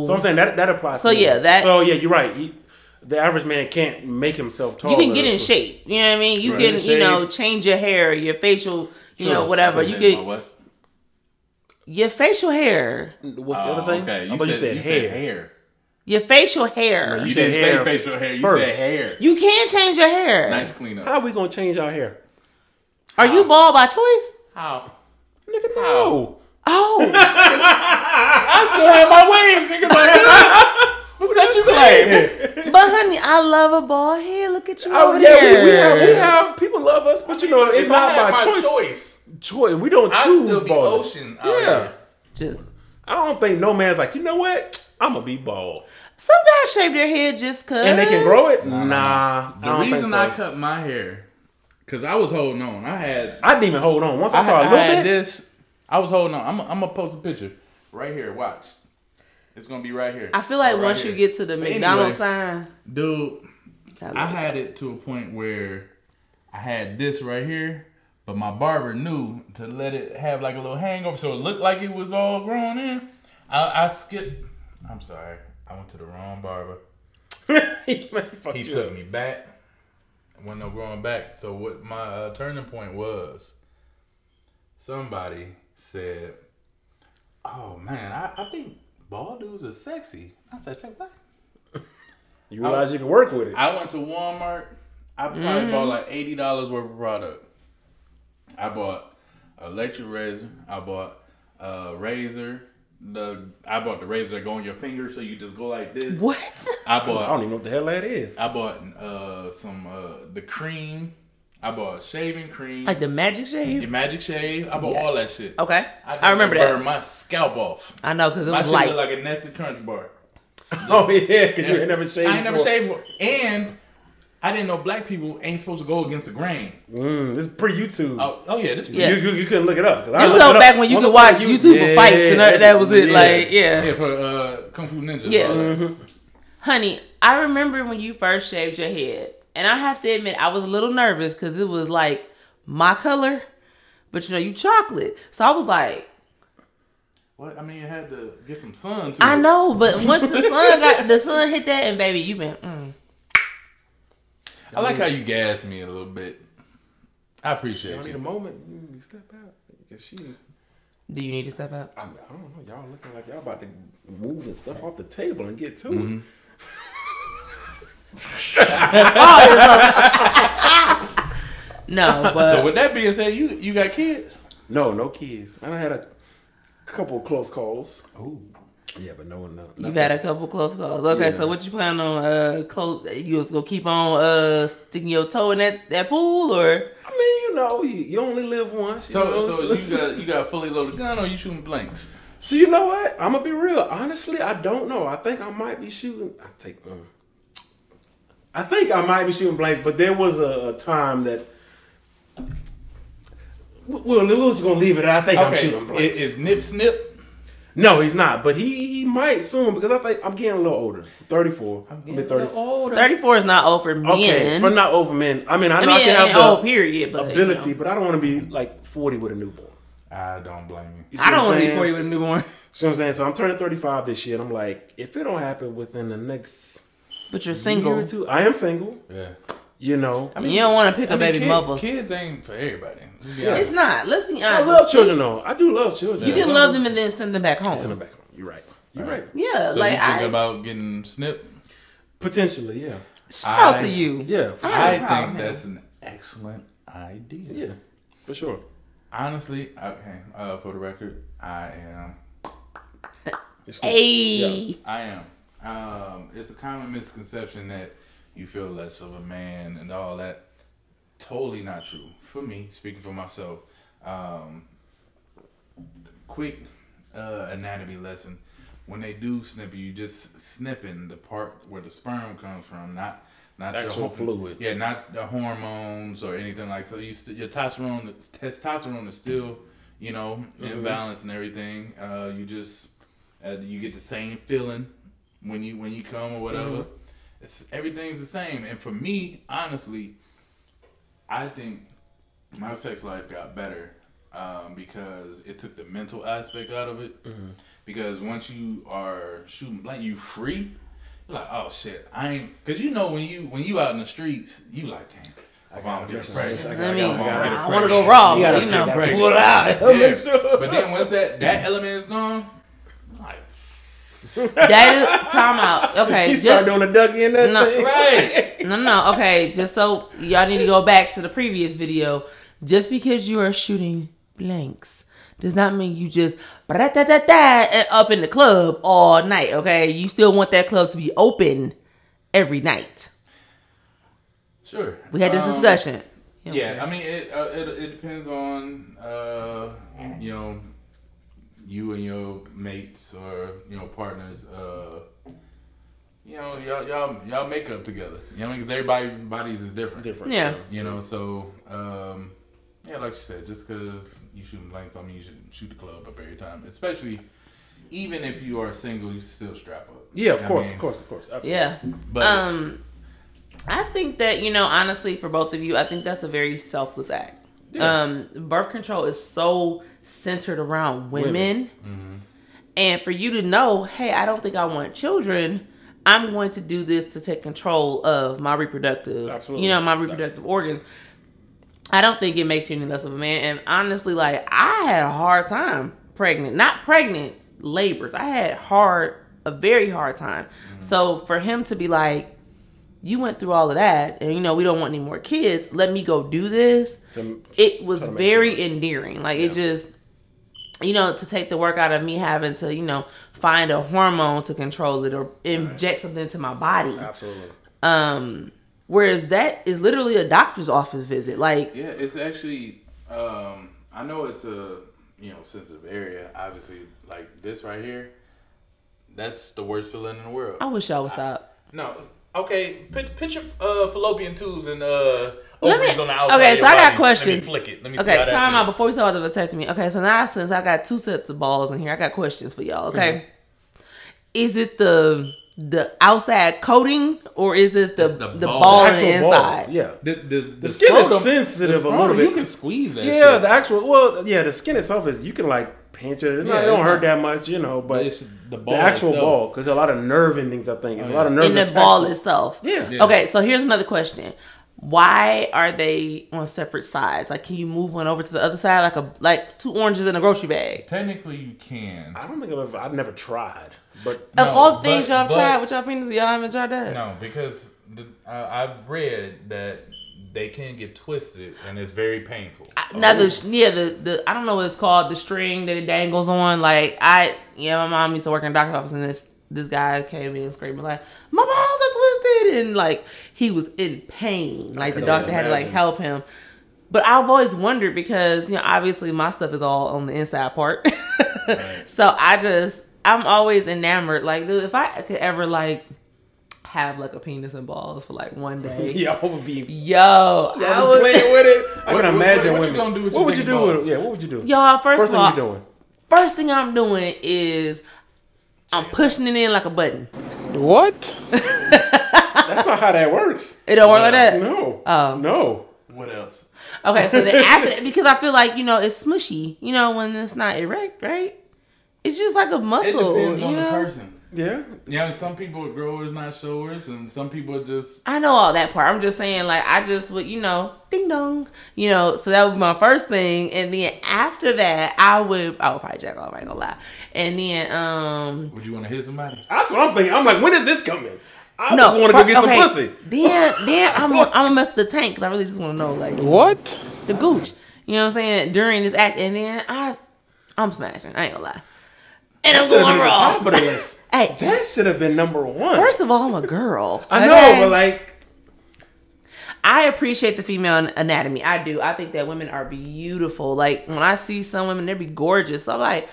[SPEAKER 3] so I'm saying that that applies.
[SPEAKER 1] So,
[SPEAKER 3] to men.
[SPEAKER 1] yeah, that-
[SPEAKER 3] So yeah, you're right. He, the average man can't make himself taller.
[SPEAKER 1] you can get in
[SPEAKER 3] So-
[SPEAKER 1] shape you know what i mean you
[SPEAKER 3] Oh, Right.
[SPEAKER 1] can you know
[SPEAKER 3] Shape.
[SPEAKER 1] change your hair your facial you know whatever you
[SPEAKER 2] Say my
[SPEAKER 1] can
[SPEAKER 2] what?
[SPEAKER 1] your facial hair
[SPEAKER 3] What's the other thing?
[SPEAKER 2] Oh, Okay,
[SPEAKER 3] I thought you said hair.
[SPEAKER 2] hair.
[SPEAKER 1] Your facial hair.
[SPEAKER 2] You
[SPEAKER 1] you,
[SPEAKER 3] said
[SPEAKER 2] didn't say
[SPEAKER 3] hair
[SPEAKER 2] facial hair. You
[SPEAKER 3] first.
[SPEAKER 2] said hair.
[SPEAKER 1] can change your hair.
[SPEAKER 2] Nice cleanup.
[SPEAKER 3] How we gonna change our hair?
[SPEAKER 1] Are you bald by choice?
[SPEAKER 2] How?
[SPEAKER 3] Nigga, no. (laughs)
[SPEAKER 1] Oh,
[SPEAKER 2] I still have my waves, nigga. My What's that you saying?
[SPEAKER 1] but honey, I love a bald head. Look at you
[SPEAKER 3] Oh,
[SPEAKER 1] over
[SPEAKER 3] yeah,
[SPEAKER 1] there.
[SPEAKER 3] we, we, have, we have people love us, but you know
[SPEAKER 2] If
[SPEAKER 3] it's
[SPEAKER 2] I
[SPEAKER 3] not
[SPEAKER 2] had
[SPEAKER 3] by
[SPEAKER 2] my
[SPEAKER 3] choice. choice. We don't
[SPEAKER 2] I'd
[SPEAKER 3] choose
[SPEAKER 2] still be
[SPEAKER 3] bald.
[SPEAKER 2] ocean out
[SPEAKER 3] Yeah,
[SPEAKER 2] here.
[SPEAKER 1] Just
[SPEAKER 3] I don't think no man's like you know what. I'm gonna be bald,
[SPEAKER 1] some guys shave their head just cause.
[SPEAKER 3] and they can grow it. Nah, I
[SPEAKER 2] The
[SPEAKER 3] don't
[SPEAKER 2] reason
[SPEAKER 3] think so.
[SPEAKER 2] I cut my hair, because I was holding on. I had,
[SPEAKER 3] I didn't even hold on. Once I,
[SPEAKER 2] I,
[SPEAKER 3] saw a
[SPEAKER 2] had- I
[SPEAKER 3] little
[SPEAKER 2] had
[SPEAKER 3] bit,
[SPEAKER 2] this. I was holding on. I'm, I'm gonna post a picture right here. Watch. It's gonna be right here.
[SPEAKER 1] I feel like
[SPEAKER 2] Oh, Right
[SPEAKER 1] once
[SPEAKER 2] here.
[SPEAKER 1] you get to the
[SPEAKER 2] But anyway,
[SPEAKER 1] McDonald's sign,
[SPEAKER 2] dude,
[SPEAKER 1] I
[SPEAKER 2] I
[SPEAKER 1] love it.
[SPEAKER 2] had it to a point where I had this right here, but my barber knew to let it have like a little hangover, so it looked like it was all grown in. I, I skipped. I'm sorry, I went to the wrong barber.
[SPEAKER 3] (laughs) he, man, fuck
[SPEAKER 2] He
[SPEAKER 3] you
[SPEAKER 2] took
[SPEAKER 3] up.
[SPEAKER 2] me back. Wasn't no growing back. So what my uh, turning point was, somebody said, "Oh man, I, I think bald dudes are sexy." I said, "Say what?"
[SPEAKER 3] You realize you can work with it.
[SPEAKER 2] I went to Walmart. I probably
[SPEAKER 1] Mm-hmm.
[SPEAKER 2] bought like eighty dollars worth of product. I bought electric razor. I bought a razor. The I bought the razor that go on your finger, so you just go like this.
[SPEAKER 1] what?
[SPEAKER 2] I
[SPEAKER 3] I
[SPEAKER 2] bought
[SPEAKER 3] don't even know what the hell that is.
[SPEAKER 2] I bought uh, some uh, the cream. I bought shaving cream,
[SPEAKER 1] Like the magic
[SPEAKER 2] the
[SPEAKER 1] shave?
[SPEAKER 2] magic shave. I bought
[SPEAKER 1] Yeah.
[SPEAKER 2] all that shit.
[SPEAKER 1] Okay, I,
[SPEAKER 2] think
[SPEAKER 1] remember
[SPEAKER 2] it
[SPEAKER 1] that.
[SPEAKER 2] Burned my scalp off.
[SPEAKER 1] I know because it
[SPEAKER 2] My
[SPEAKER 1] was
[SPEAKER 2] shit
[SPEAKER 1] light.
[SPEAKER 2] looked like a Nestle Crunch bar.
[SPEAKER 3] (laughs) Oh yeah, because you ain't never shaved.
[SPEAKER 2] I ain't never
[SPEAKER 3] before.
[SPEAKER 2] shaved. before. And I didn't know black people ain't supposed to go against the grain.
[SPEAKER 3] Mm, this is pre YouTube.
[SPEAKER 2] Oh, oh yeah, this
[SPEAKER 1] Yeah.
[SPEAKER 3] You, you, you couldn't look it up because I
[SPEAKER 1] This
[SPEAKER 3] looked
[SPEAKER 1] was
[SPEAKER 3] it up.
[SPEAKER 1] back when you could watch
[SPEAKER 3] Once I saw
[SPEAKER 1] YouTube for fights and that, that was it.
[SPEAKER 3] yeah.
[SPEAKER 1] Like, yeah.
[SPEAKER 2] Yeah, for uh, Kung Fu Ninja.
[SPEAKER 1] Yeah.
[SPEAKER 2] all that.
[SPEAKER 3] Mm-hmm.
[SPEAKER 1] Honey, I remember when you first shaved your head. And I have to admit, I was a little nervous because it was like my color, but you know, you chocolate. So I was like,
[SPEAKER 2] Well, I mean, you had to get some sun. To
[SPEAKER 1] I
[SPEAKER 2] it.
[SPEAKER 1] know, but once the sun got
[SPEAKER 2] (laughs)
[SPEAKER 1] the sun hit that, and baby, you been mm.
[SPEAKER 2] I like how you gassed me a little bit. I appreciate
[SPEAKER 3] I need a
[SPEAKER 2] you.
[SPEAKER 3] moment. You you step out. 'Cause she,
[SPEAKER 1] Do you need to step out?
[SPEAKER 3] I, I don't know. Y'all looking like y'all about to move and stuff off the table and get to
[SPEAKER 2] Mm-hmm.
[SPEAKER 3] it.
[SPEAKER 1] No,
[SPEAKER 2] (laughs) So
[SPEAKER 1] but
[SPEAKER 2] with that being said, you you got kids.
[SPEAKER 3] No, no kids. I done had a couple of close calls.
[SPEAKER 2] Oh,
[SPEAKER 3] Yeah, but no one. No,
[SPEAKER 1] you've had a couple close calls. Okay, so what you plan on uh close you was gonna keep on uh sticking your toe in that, that pool or
[SPEAKER 3] I mean, you know, you, you only live once. you
[SPEAKER 2] so
[SPEAKER 3] know,
[SPEAKER 2] so
[SPEAKER 3] (laughs)
[SPEAKER 2] you got you got fully loaded gun or you shooting blanks?
[SPEAKER 3] So you know what? I'm gonna be real. Honestly, I don't know. I think I might be shooting. I think. mm. I think I might be shooting blanks, but there was a, a time that. we we'll, we'll just gonna leave it. at I think I'm shooting
[SPEAKER 2] i-
[SPEAKER 3] blanks.
[SPEAKER 2] is nip snip?
[SPEAKER 3] no, he's not. But he he might soon because I think I'm getting a little older. 34. I'm
[SPEAKER 2] Getting a
[SPEAKER 3] mid
[SPEAKER 2] little
[SPEAKER 3] 34.
[SPEAKER 2] older.
[SPEAKER 1] thirty four is not over men.
[SPEAKER 3] Okay, but not over men. I mean, I
[SPEAKER 1] I
[SPEAKER 3] know I,
[SPEAKER 1] mean,
[SPEAKER 3] can have
[SPEAKER 1] and oh,
[SPEAKER 3] the
[SPEAKER 1] old period, but you know.
[SPEAKER 3] ability, but I don't want to be like 40 with a newborn.
[SPEAKER 2] I don't blame you.
[SPEAKER 3] You see
[SPEAKER 1] I
[SPEAKER 3] what I'm
[SPEAKER 1] don't want to be
[SPEAKER 3] saying?
[SPEAKER 1] forty with a newborn.
[SPEAKER 3] See what I'm saying? So I'm turning 35 this year, and I'm like, if it don't happen within the next
[SPEAKER 1] (laughs) But you're
[SPEAKER 3] year or
[SPEAKER 1] single.
[SPEAKER 3] two, I am single.
[SPEAKER 2] Yeah.
[SPEAKER 3] You know,
[SPEAKER 2] I
[SPEAKER 1] You don't want to pick a
[SPEAKER 2] I mean,
[SPEAKER 1] baby
[SPEAKER 2] kid-
[SPEAKER 1] mother.
[SPEAKER 2] Kids ain't for everybody. Let's be
[SPEAKER 3] Yeah.
[SPEAKER 2] honest.
[SPEAKER 1] It's not. Let's be
[SPEAKER 3] I
[SPEAKER 1] honest.
[SPEAKER 3] love children though. I do love children.
[SPEAKER 1] You can
[SPEAKER 2] Yeah.
[SPEAKER 1] love them and then send them back home.
[SPEAKER 3] in the back. You're right. You're right.
[SPEAKER 1] Yeah,
[SPEAKER 2] So you
[SPEAKER 1] like
[SPEAKER 2] think
[SPEAKER 1] I
[SPEAKER 2] about getting snip?
[SPEAKER 3] Potentially, yeah,
[SPEAKER 1] shout out
[SPEAKER 2] I-
[SPEAKER 1] to you.
[SPEAKER 3] yeah, for sure.
[SPEAKER 2] I
[SPEAKER 1] no
[SPEAKER 2] think
[SPEAKER 1] problem.
[SPEAKER 2] that's an excellent idea.
[SPEAKER 3] yeah, for sure.
[SPEAKER 2] Honestly, okay. Uh, for the record, I am.
[SPEAKER 1] Hey,
[SPEAKER 2] I am. Um, it's a common misconception that you feel less of a man and all that. Totally not true. For me, speaking for myself, um, quick uh, anatomy lesson. When they do snip you, you just snipping the part where the sperm comes from, not not your
[SPEAKER 3] Actual
[SPEAKER 2] hor-
[SPEAKER 3] fluid.
[SPEAKER 2] Yeah, not the hormones or anything like so. You st- your testosterone, testosterone is still, you know, in balance and everything. Uh, you just uh, you get the same feeling when you when you come or whatever. It's everything's the same. And for me, honestly, I think my sex life got better um, because it took the mental aspect out of it.
[SPEAKER 3] Mm-hmm.
[SPEAKER 2] Because once you are shooting blank, you free. You're like, oh shit, I ain't. Cause you know when you when you out in the streets, you like, damn, I gotta get a fresh. I
[SPEAKER 1] I
[SPEAKER 2] gotta
[SPEAKER 1] mean,
[SPEAKER 2] get a fresh.
[SPEAKER 1] I want to go raw,
[SPEAKER 3] You
[SPEAKER 1] but
[SPEAKER 3] gotta
[SPEAKER 1] you know.
[SPEAKER 3] get
[SPEAKER 2] Right.
[SPEAKER 3] pull out. (laughs)
[SPEAKER 2] Yeah.
[SPEAKER 3] Make sure.
[SPEAKER 2] But then once that that element is gone, I'm like
[SPEAKER 1] That is time out. Okay,
[SPEAKER 3] You
[SPEAKER 1] just-
[SPEAKER 3] start doing a ducky in
[SPEAKER 1] (laughs)
[SPEAKER 3] that
[SPEAKER 1] No.
[SPEAKER 3] thing. (laughs)
[SPEAKER 2] Right.
[SPEAKER 1] no, no, no. Okay, just so y'all need to go back to the previous video. Just because you are shooting blanks does not mean you just ba-da-da-da-da and up in the club all night. Okay, you still want that club to be open every night.
[SPEAKER 2] Sure.
[SPEAKER 1] We had this
[SPEAKER 2] Um,
[SPEAKER 1] discussion.
[SPEAKER 2] Yeah, I mean, it, uh, it it depends on uh, you know you and your mates or you know partners. Uh, you know, y'all y'all y'all make up together. You know, because everybody bodies is different.
[SPEAKER 3] Different.
[SPEAKER 1] Yeah.
[SPEAKER 2] You know, so um, yeah, like you said, just because you shooting blanks, I mean, you should shoot the club up every time, especially. Even if you are single, you still strap up.
[SPEAKER 3] Yeah, of
[SPEAKER 2] I
[SPEAKER 3] course,
[SPEAKER 2] mean,
[SPEAKER 3] of course, of course. Absolutely.
[SPEAKER 1] Yeah.
[SPEAKER 2] But
[SPEAKER 1] Um, I think that you know, honestly, for both of you, I think that's a very selfless act.
[SPEAKER 3] Yeah.
[SPEAKER 1] Um, birth control is so centered around women, Mm-hmm.
[SPEAKER 3] Women.
[SPEAKER 1] and for you to know, hey, I don't think I want children. I'm going to do this to take control of my reproductive,
[SPEAKER 3] Absolutely.
[SPEAKER 1] you know, my reproductive organs. I don't think it makes you any less of a man. And honestly, like I had a hard time pregnant, not pregnant labors. I had hard, a very hard time. So for him to be like, you went through all of that, and you know we don't want any more kids. Let me go do this.
[SPEAKER 3] To-
[SPEAKER 1] It was
[SPEAKER 3] try to make
[SPEAKER 1] very
[SPEAKER 3] sure.
[SPEAKER 1] endearing. Like it just, you know, to take the work out of me having to, you know, find a hormone to control it or inject something into my body.
[SPEAKER 3] Absolutely.
[SPEAKER 1] Um, whereas that is literally a doctor's office visit. Like
[SPEAKER 2] Yeah, it's actually. Um, I know it's a you know sensitive area. Obviously, like this right here, that's the worst feeling in the world.
[SPEAKER 1] I wish y'all would stop.
[SPEAKER 2] No, okay. Pic- picture uh, fallopian tubes and uh,
[SPEAKER 1] Let me-
[SPEAKER 2] ovaries on the outside.
[SPEAKER 1] okay,
[SPEAKER 2] of
[SPEAKER 1] so
[SPEAKER 2] your
[SPEAKER 1] I got
[SPEAKER 2] bodies. Let me
[SPEAKER 1] questions.
[SPEAKER 2] flick it. Let me see
[SPEAKER 1] Okay,
[SPEAKER 2] how that
[SPEAKER 1] time out
[SPEAKER 2] feels.
[SPEAKER 1] before we talk about the vasectomy. Okay, so now since I got two sets of balls in here, I got questions for y'all. Okay,
[SPEAKER 2] Mm-hmm.
[SPEAKER 1] is it the the outside coating or is it the
[SPEAKER 2] It's the
[SPEAKER 1] the,
[SPEAKER 2] ball.
[SPEAKER 1] ball
[SPEAKER 2] The
[SPEAKER 1] on the
[SPEAKER 3] Actual balls,
[SPEAKER 1] inside?
[SPEAKER 3] Yeah.
[SPEAKER 2] The, the, the,
[SPEAKER 3] skin is sensitive a
[SPEAKER 2] the
[SPEAKER 3] little
[SPEAKER 2] scrotum, You
[SPEAKER 3] bit.
[SPEAKER 2] can squeeze that.
[SPEAKER 3] Yeah,
[SPEAKER 2] shit.
[SPEAKER 3] the actual well, yeah, the skin itself is you can like pinch it. It's not,
[SPEAKER 2] Yeah,
[SPEAKER 3] it don't
[SPEAKER 2] it's
[SPEAKER 3] hurt
[SPEAKER 2] not-
[SPEAKER 3] that much, you know. But
[SPEAKER 2] it's the
[SPEAKER 3] the,
[SPEAKER 2] ball
[SPEAKER 3] actual
[SPEAKER 2] itself. Oh,
[SPEAKER 3] ball, because a lot of nerve endings, I think, it's a lot of nerves
[SPEAKER 1] in the
[SPEAKER 3] attached
[SPEAKER 1] ball
[SPEAKER 3] to it.
[SPEAKER 1] itself.
[SPEAKER 3] Yeah.
[SPEAKER 2] Yeah.
[SPEAKER 1] Okay, so here's another question. Why are they on separate sides? Like, can you move one over to the other side, like a like two oranges in a grocery bag?
[SPEAKER 2] Technically, you can.
[SPEAKER 3] I don't think I've ever, I've never tried,
[SPEAKER 1] (laughs)
[SPEAKER 3] but
[SPEAKER 2] No,
[SPEAKER 1] of all
[SPEAKER 2] but-
[SPEAKER 1] things y'all have
[SPEAKER 2] but-
[SPEAKER 1] tried with y'all penis, y'all haven't tried that.
[SPEAKER 2] No, because the, I I've read that they can get twisted and it's very painful.
[SPEAKER 1] Now
[SPEAKER 3] Oh.
[SPEAKER 1] the yeah the, the I don't know what it's called the string that it dangles on like I yeah my mom used to work in a doctor's office and this this guy came in screaming like my balls are twisted and like he was in pain like the
[SPEAKER 3] can
[SPEAKER 1] doctor had to like
[SPEAKER 3] imagine.
[SPEAKER 1] help him but I've always wondered because you know obviously my stuff is all on the inside part (laughs) so I just I'm always enamored like dude if I could ever like have like a penis and balls for like one day
[SPEAKER 3] (laughs) yeah, I would be.
[SPEAKER 1] yo I
[SPEAKER 3] I
[SPEAKER 1] would
[SPEAKER 3] would be playing with it. I
[SPEAKER 2] What-
[SPEAKER 3] can
[SPEAKER 2] what-
[SPEAKER 3] imagine
[SPEAKER 2] what you
[SPEAKER 3] women.
[SPEAKER 2] gonna do with
[SPEAKER 3] what
[SPEAKER 2] your
[SPEAKER 3] would you
[SPEAKER 2] big
[SPEAKER 3] do? With,
[SPEAKER 2] balls?
[SPEAKER 3] yeah, what would you do?
[SPEAKER 1] y'all first,
[SPEAKER 3] First
[SPEAKER 1] of
[SPEAKER 3] thing
[SPEAKER 1] all
[SPEAKER 3] you doing?
[SPEAKER 1] first thing I'm doing is I'm pushing it in like a button.
[SPEAKER 4] What?
[SPEAKER 3] That's not how
[SPEAKER 1] (laughs)
[SPEAKER 3] that works.
[SPEAKER 1] It don't work like that.
[SPEAKER 3] No.
[SPEAKER 1] Oh.
[SPEAKER 3] no.
[SPEAKER 2] What else?
[SPEAKER 1] Okay, so then after that, because I feel like you know it's smushy, you know when it's not erect, right? It's just like a
[SPEAKER 2] It
[SPEAKER 1] muscle,
[SPEAKER 2] depends
[SPEAKER 1] you
[SPEAKER 2] on the
[SPEAKER 1] know.
[SPEAKER 2] person.
[SPEAKER 3] Yeah.
[SPEAKER 2] Yeah, and some people are growers, not showers, and some people are just
[SPEAKER 1] I know all that part. I'm just saying, like I just would, you know, ding dong, you know. So that would be my first thing, and then after that, I would, I would probably jack off. I ain't gonna lie, and then um.
[SPEAKER 2] would you want to hit somebody?
[SPEAKER 3] That's what I'm thinking. I'm like, when is this coming? I
[SPEAKER 1] No,
[SPEAKER 3] want to go
[SPEAKER 1] fir-
[SPEAKER 3] get some
[SPEAKER 1] okay,
[SPEAKER 3] pussy.
[SPEAKER 1] Then, then I'm, I'm gonna mess with the tank because I really just want to know, like,
[SPEAKER 4] What?
[SPEAKER 1] the gooch. You know what I'm saying? During this act, and then I, I'm smashing. I ain't gonna lie. And I'm
[SPEAKER 3] Should have
[SPEAKER 1] going
[SPEAKER 3] been at the top of
[SPEAKER 1] raw.
[SPEAKER 3] the list.
[SPEAKER 1] (laughs) Hey,
[SPEAKER 3] That should have been number one.
[SPEAKER 1] first of all, I'm a girl.
[SPEAKER 3] I know,
[SPEAKER 1] okay?
[SPEAKER 3] but like,
[SPEAKER 1] I appreciate the female anatomy. I do. I think that women are beautiful. Like when I see some women, they be gorgeous. I'm like,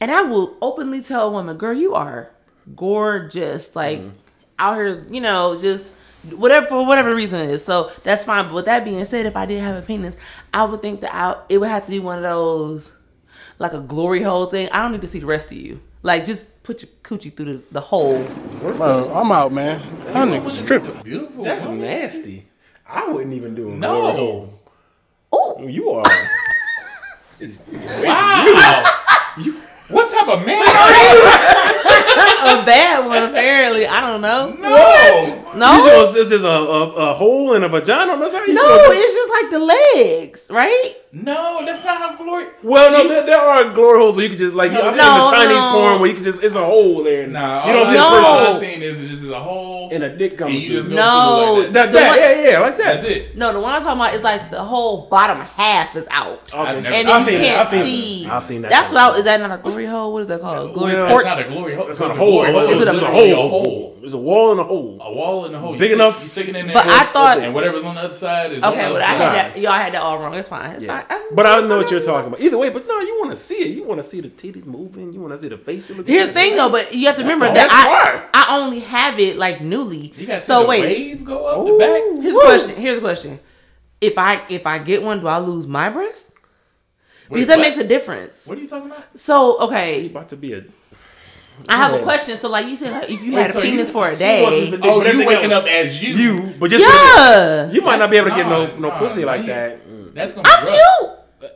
[SPEAKER 1] and I will openly tell a woman, "Girl, you are gorgeous." Like out here, you know, just whatever for whatever reason it is. So that's fine. But with that being said, if I did have a penis, I would think that I, it would have to be one of those like a glory hole thing. I don't need to see the rest of you. Like just put your coochie through the, the hole.
[SPEAKER 4] Bro, I'm out, man. That nigga's tripping.
[SPEAKER 2] Beautiful.
[SPEAKER 3] that's
[SPEAKER 2] woman.
[SPEAKER 3] nasty. I wouldn't even do it.
[SPEAKER 2] No.
[SPEAKER 1] Oh, (laughs)
[SPEAKER 3] You are.
[SPEAKER 2] What type of man are you?
[SPEAKER 1] a bad one apparently. I don't know.
[SPEAKER 2] What?
[SPEAKER 1] No?
[SPEAKER 3] You just, this is a, a, a hole in a vagina. That's how you
[SPEAKER 1] No,
[SPEAKER 3] gonna-
[SPEAKER 1] it's just like the legs, right?
[SPEAKER 2] No, that's not how glory.
[SPEAKER 3] Well, no, there, there are glory holes where you can just like I've seen
[SPEAKER 1] No,
[SPEAKER 3] the Chinese
[SPEAKER 1] no.
[SPEAKER 3] porn where you can just it's a hole there.
[SPEAKER 2] Nah,
[SPEAKER 3] you don't see
[SPEAKER 2] all
[SPEAKER 1] No.
[SPEAKER 2] I- all
[SPEAKER 3] the
[SPEAKER 2] I've
[SPEAKER 3] person
[SPEAKER 2] seen is just a hole
[SPEAKER 3] and a dick
[SPEAKER 2] and
[SPEAKER 3] comes
[SPEAKER 2] you just
[SPEAKER 3] through.
[SPEAKER 2] go
[SPEAKER 1] No,
[SPEAKER 2] through like that.
[SPEAKER 3] That, that,
[SPEAKER 1] The
[SPEAKER 3] yeah, yeah, like that.
[SPEAKER 2] That's it.
[SPEAKER 1] No, the one I'm talking about is like the whole bottom half is out.
[SPEAKER 3] Okay.
[SPEAKER 2] I've never-
[SPEAKER 1] And then
[SPEAKER 2] I've
[SPEAKER 1] you
[SPEAKER 2] seen it,
[SPEAKER 1] can't
[SPEAKER 3] Oh, I've seen it.
[SPEAKER 1] see.
[SPEAKER 3] I've seen that
[SPEAKER 1] That's
[SPEAKER 3] kind of
[SPEAKER 1] what I, is that not a glory hole? What is that called? Glory
[SPEAKER 3] Well,
[SPEAKER 1] port?
[SPEAKER 2] That's not a glory hole.
[SPEAKER 3] It's not a
[SPEAKER 2] glory
[SPEAKER 3] hole. It's,
[SPEAKER 1] Is it
[SPEAKER 3] just
[SPEAKER 1] a- Oh,
[SPEAKER 3] a
[SPEAKER 2] literally
[SPEAKER 3] hole. It's a wall and a hole.
[SPEAKER 2] A wall and a hole. You
[SPEAKER 3] Big
[SPEAKER 2] stick-
[SPEAKER 3] enough.
[SPEAKER 2] You stick it in there.
[SPEAKER 1] But I thought-
[SPEAKER 2] And whatever's on the other side is on the
[SPEAKER 1] Okay,
[SPEAKER 2] other
[SPEAKER 1] but I
[SPEAKER 2] side.
[SPEAKER 1] had that. Y'all had that all wrong. It's fine. It's fine. I'm-
[SPEAKER 3] But I know what you're talking about. Either way, but no, you want to see it. You want to see the titties moving. You want to see the face.
[SPEAKER 1] (laughs) Here's the thing though, but you have to remember
[SPEAKER 3] all.
[SPEAKER 1] that
[SPEAKER 3] That's
[SPEAKER 1] I,
[SPEAKER 3] smart.
[SPEAKER 1] I only have it like newly.
[SPEAKER 2] You got
[SPEAKER 1] So
[SPEAKER 2] so
[SPEAKER 1] wait,
[SPEAKER 2] wave go up
[SPEAKER 3] Ooh.
[SPEAKER 2] the back.
[SPEAKER 1] here's
[SPEAKER 3] Woo.
[SPEAKER 1] a question. Here's a question. If I if I get one, do I lose my breast? Because
[SPEAKER 2] Wait,
[SPEAKER 1] that
[SPEAKER 2] what?
[SPEAKER 1] makes a difference.
[SPEAKER 2] What are you talking about?
[SPEAKER 1] So
[SPEAKER 3] You
[SPEAKER 1] okay,
[SPEAKER 3] about to be a.
[SPEAKER 1] I have a
[SPEAKER 3] ahead.
[SPEAKER 1] question. So like you said, like, if you had
[SPEAKER 2] so
[SPEAKER 1] a
[SPEAKER 2] you-
[SPEAKER 1] penis for a
[SPEAKER 2] she
[SPEAKER 1] day,
[SPEAKER 3] wants to-
[SPEAKER 2] Oh,
[SPEAKER 3] But
[SPEAKER 2] you
[SPEAKER 3] everything
[SPEAKER 2] waking
[SPEAKER 3] else-
[SPEAKER 2] up as you.
[SPEAKER 3] You, but just
[SPEAKER 1] yeah,
[SPEAKER 3] you might not be able to get no
[SPEAKER 2] Nah,
[SPEAKER 3] no
[SPEAKER 2] nah,
[SPEAKER 3] pussy
[SPEAKER 2] nah,
[SPEAKER 3] like
[SPEAKER 2] you-
[SPEAKER 3] that.
[SPEAKER 2] That's gonna
[SPEAKER 1] I'm
[SPEAKER 2] be rough.
[SPEAKER 1] cute.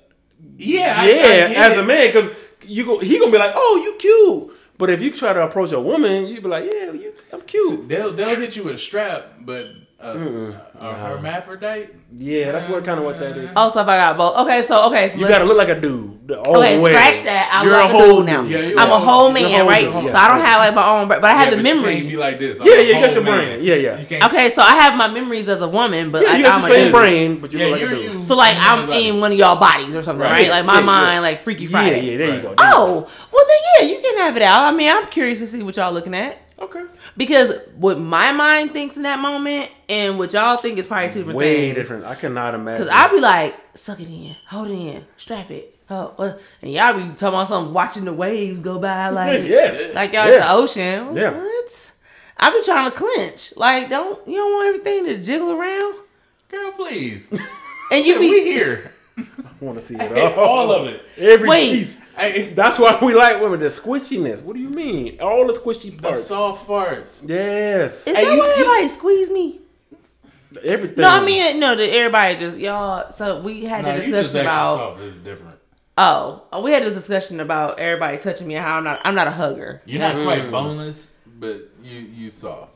[SPEAKER 2] Yeah, I- I
[SPEAKER 3] Yeah,
[SPEAKER 2] get
[SPEAKER 3] as
[SPEAKER 2] it.
[SPEAKER 3] a man, because you go, he gonna be like, "Oh, you cute," but if you try to approach a woman, you be like, "Yeah, you, I'm cute."
[SPEAKER 2] They'll they'll hit you with a strap, but uh, a hermaphrodite.
[SPEAKER 3] Yeah, that's what kind of what that is.
[SPEAKER 1] Oh, so if I got both, okay. So okay, so
[SPEAKER 3] You
[SPEAKER 1] let's-
[SPEAKER 3] gotta look like a dude. the- All
[SPEAKER 1] Okay,
[SPEAKER 3] the way.
[SPEAKER 1] scratch that. I'm
[SPEAKER 3] You're
[SPEAKER 1] like a
[SPEAKER 3] whole
[SPEAKER 1] dude now.
[SPEAKER 2] Yeah, you
[SPEAKER 1] I'm a
[SPEAKER 2] are.
[SPEAKER 1] whole
[SPEAKER 3] You're a
[SPEAKER 1] man,
[SPEAKER 3] whole
[SPEAKER 1] right?
[SPEAKER 3] dude, yeah.
[SPEAKER 1] So I don't have like my own, breast, but I have
[SPEAKER 2] Yeah,
[SPEAKER 1] the
[SPEAKER 2] but you can't
[SPEAKER 1] memory.
[SPEAKER 2] be like this. I'm
[SPEAKER 3] Yeah,
[SPEAKER 2] a
[SPEAKER 3] yeah, you got
[SPEAKER 2] whole
[SPEAKER 3] your
[SPEAKER 2] man.
[SPEAKER 3] brain. Yeah, yeah.
[SPEAKER 2] You can't.
[SPEAKER 1] Okay, so I have my memories as a woman, but
[SPEAKER 3] Yeah,
[SPEAKER 1] like
[SPEAKER 3] you got
[SPEAKER 1] I'm
[SPEAKER 3] your
[SPEAKER 1] a
[SPEAKER 3] same
[SPEAKER 1] dude.
[SPEAKER 3] brain, but you
[SPEAKER 2] Yeah,
[SPEAKER 3] look like a
[SPEAKER 2] you're
[SPEAKER 3] dude.
[SPEAKER 2] you.
[SPEAKER 1] So like I'm
[SPEAKER 2] Right.
[SPEAKER 1] in one of y'all bodies or something,
[SPEAKER 2] Right.
[SPEAKER 1] right? Like my
[SPEAKER 3] Yeah,
[SPEAKER 1] mind, like Freaky
[SPEAKER 3] yeah,
[SPEAKER 1] Friday.
[SPEAKER 3] yeah, there you
[SPEAKER 2] Right.
[SPEAKER 3] go.
[SPEAKER 1] Oh, well then, yeah, you can have it out. I mean, I'm curious to see what y'all looking at
[SPEAKER 3] okay.
[SPEAKER 1] because what my mind thinks in that moment and what y'all think is probably two different
[SPEAKER 3] Way
[SPEAKER 1] things.
[SPEAKER 3] different. I cannot imagine.
[SPEAKER 1] Cause I'll be like, suck it in, hold it in, strap it. Oh, uh," and y'all be talking about something, watching the waves go
[SPEAKER 2] (laughs)
[SPEAKER 1] by, like
[SPEAKER 3] yes,
[SPEAKER 1] like y'all in the
[SPEAKER 3] yeah.
[SPEAKER 1] ocean.
[SPEAKER 3] Yeah.
[SPEAKER 1] What? I be trying to clinch. Like, don't you don't want everything to jiggle around?
[SPEAKER 2] Girl, please.
[SPEAKER 1] (laughs) And you be
[SPEAKER 2] we here.
[SPEAKER 3] I want to see
[SPEAKER 2] Hey,
[SPEAKER 3] it all.
[SPEAKER 2] All
[SPEAKER 3] (laughs)
[SPEAKER 2] of it.
[SPEAKER 3] Every
[SPEAKER 1] Wait.
[SPEAKER 3] piece.
[SPEAKER 2] Hey,
[SPEAKER 3] That's why we like women. The squishiness. What do you mean? All the squishy
[SPEAKER 2] the
[SPEAKER 3] parts.
[SPEAKER 2] soft parts.
[SPEAKER 3] Yes.
[SPEAKER 1] Is
[SPEAKER 2] Hey,
[SPEAKER 1] that
[SPEAKER 2] you-
[SPEAKER 1] why
[SPEAKER 2] you-
[SPEAKER 1] everybody squeeze me?
[SPEAKER 3] Everything.
[SPEAKER 1] No, I mean no. That everybody just y'all. So we had
[SPEAKER 2] No,
[SPEAKER 1] a
[SPEAKER 2] you just
[SPEAKER 1] discussion
[SPEAKER 2] extra
[SPEAKER 1] about
[SPEAKER 2] soft. It's different.
[SPEAKER 1] oh, we had a discussion about everybody touching me and how I'm not I'm not a hugger.
[SPEAKER 2] You're not
[SPEAKER 3] Mm.
[SPEAKER 2] quite boneless, but you you soft.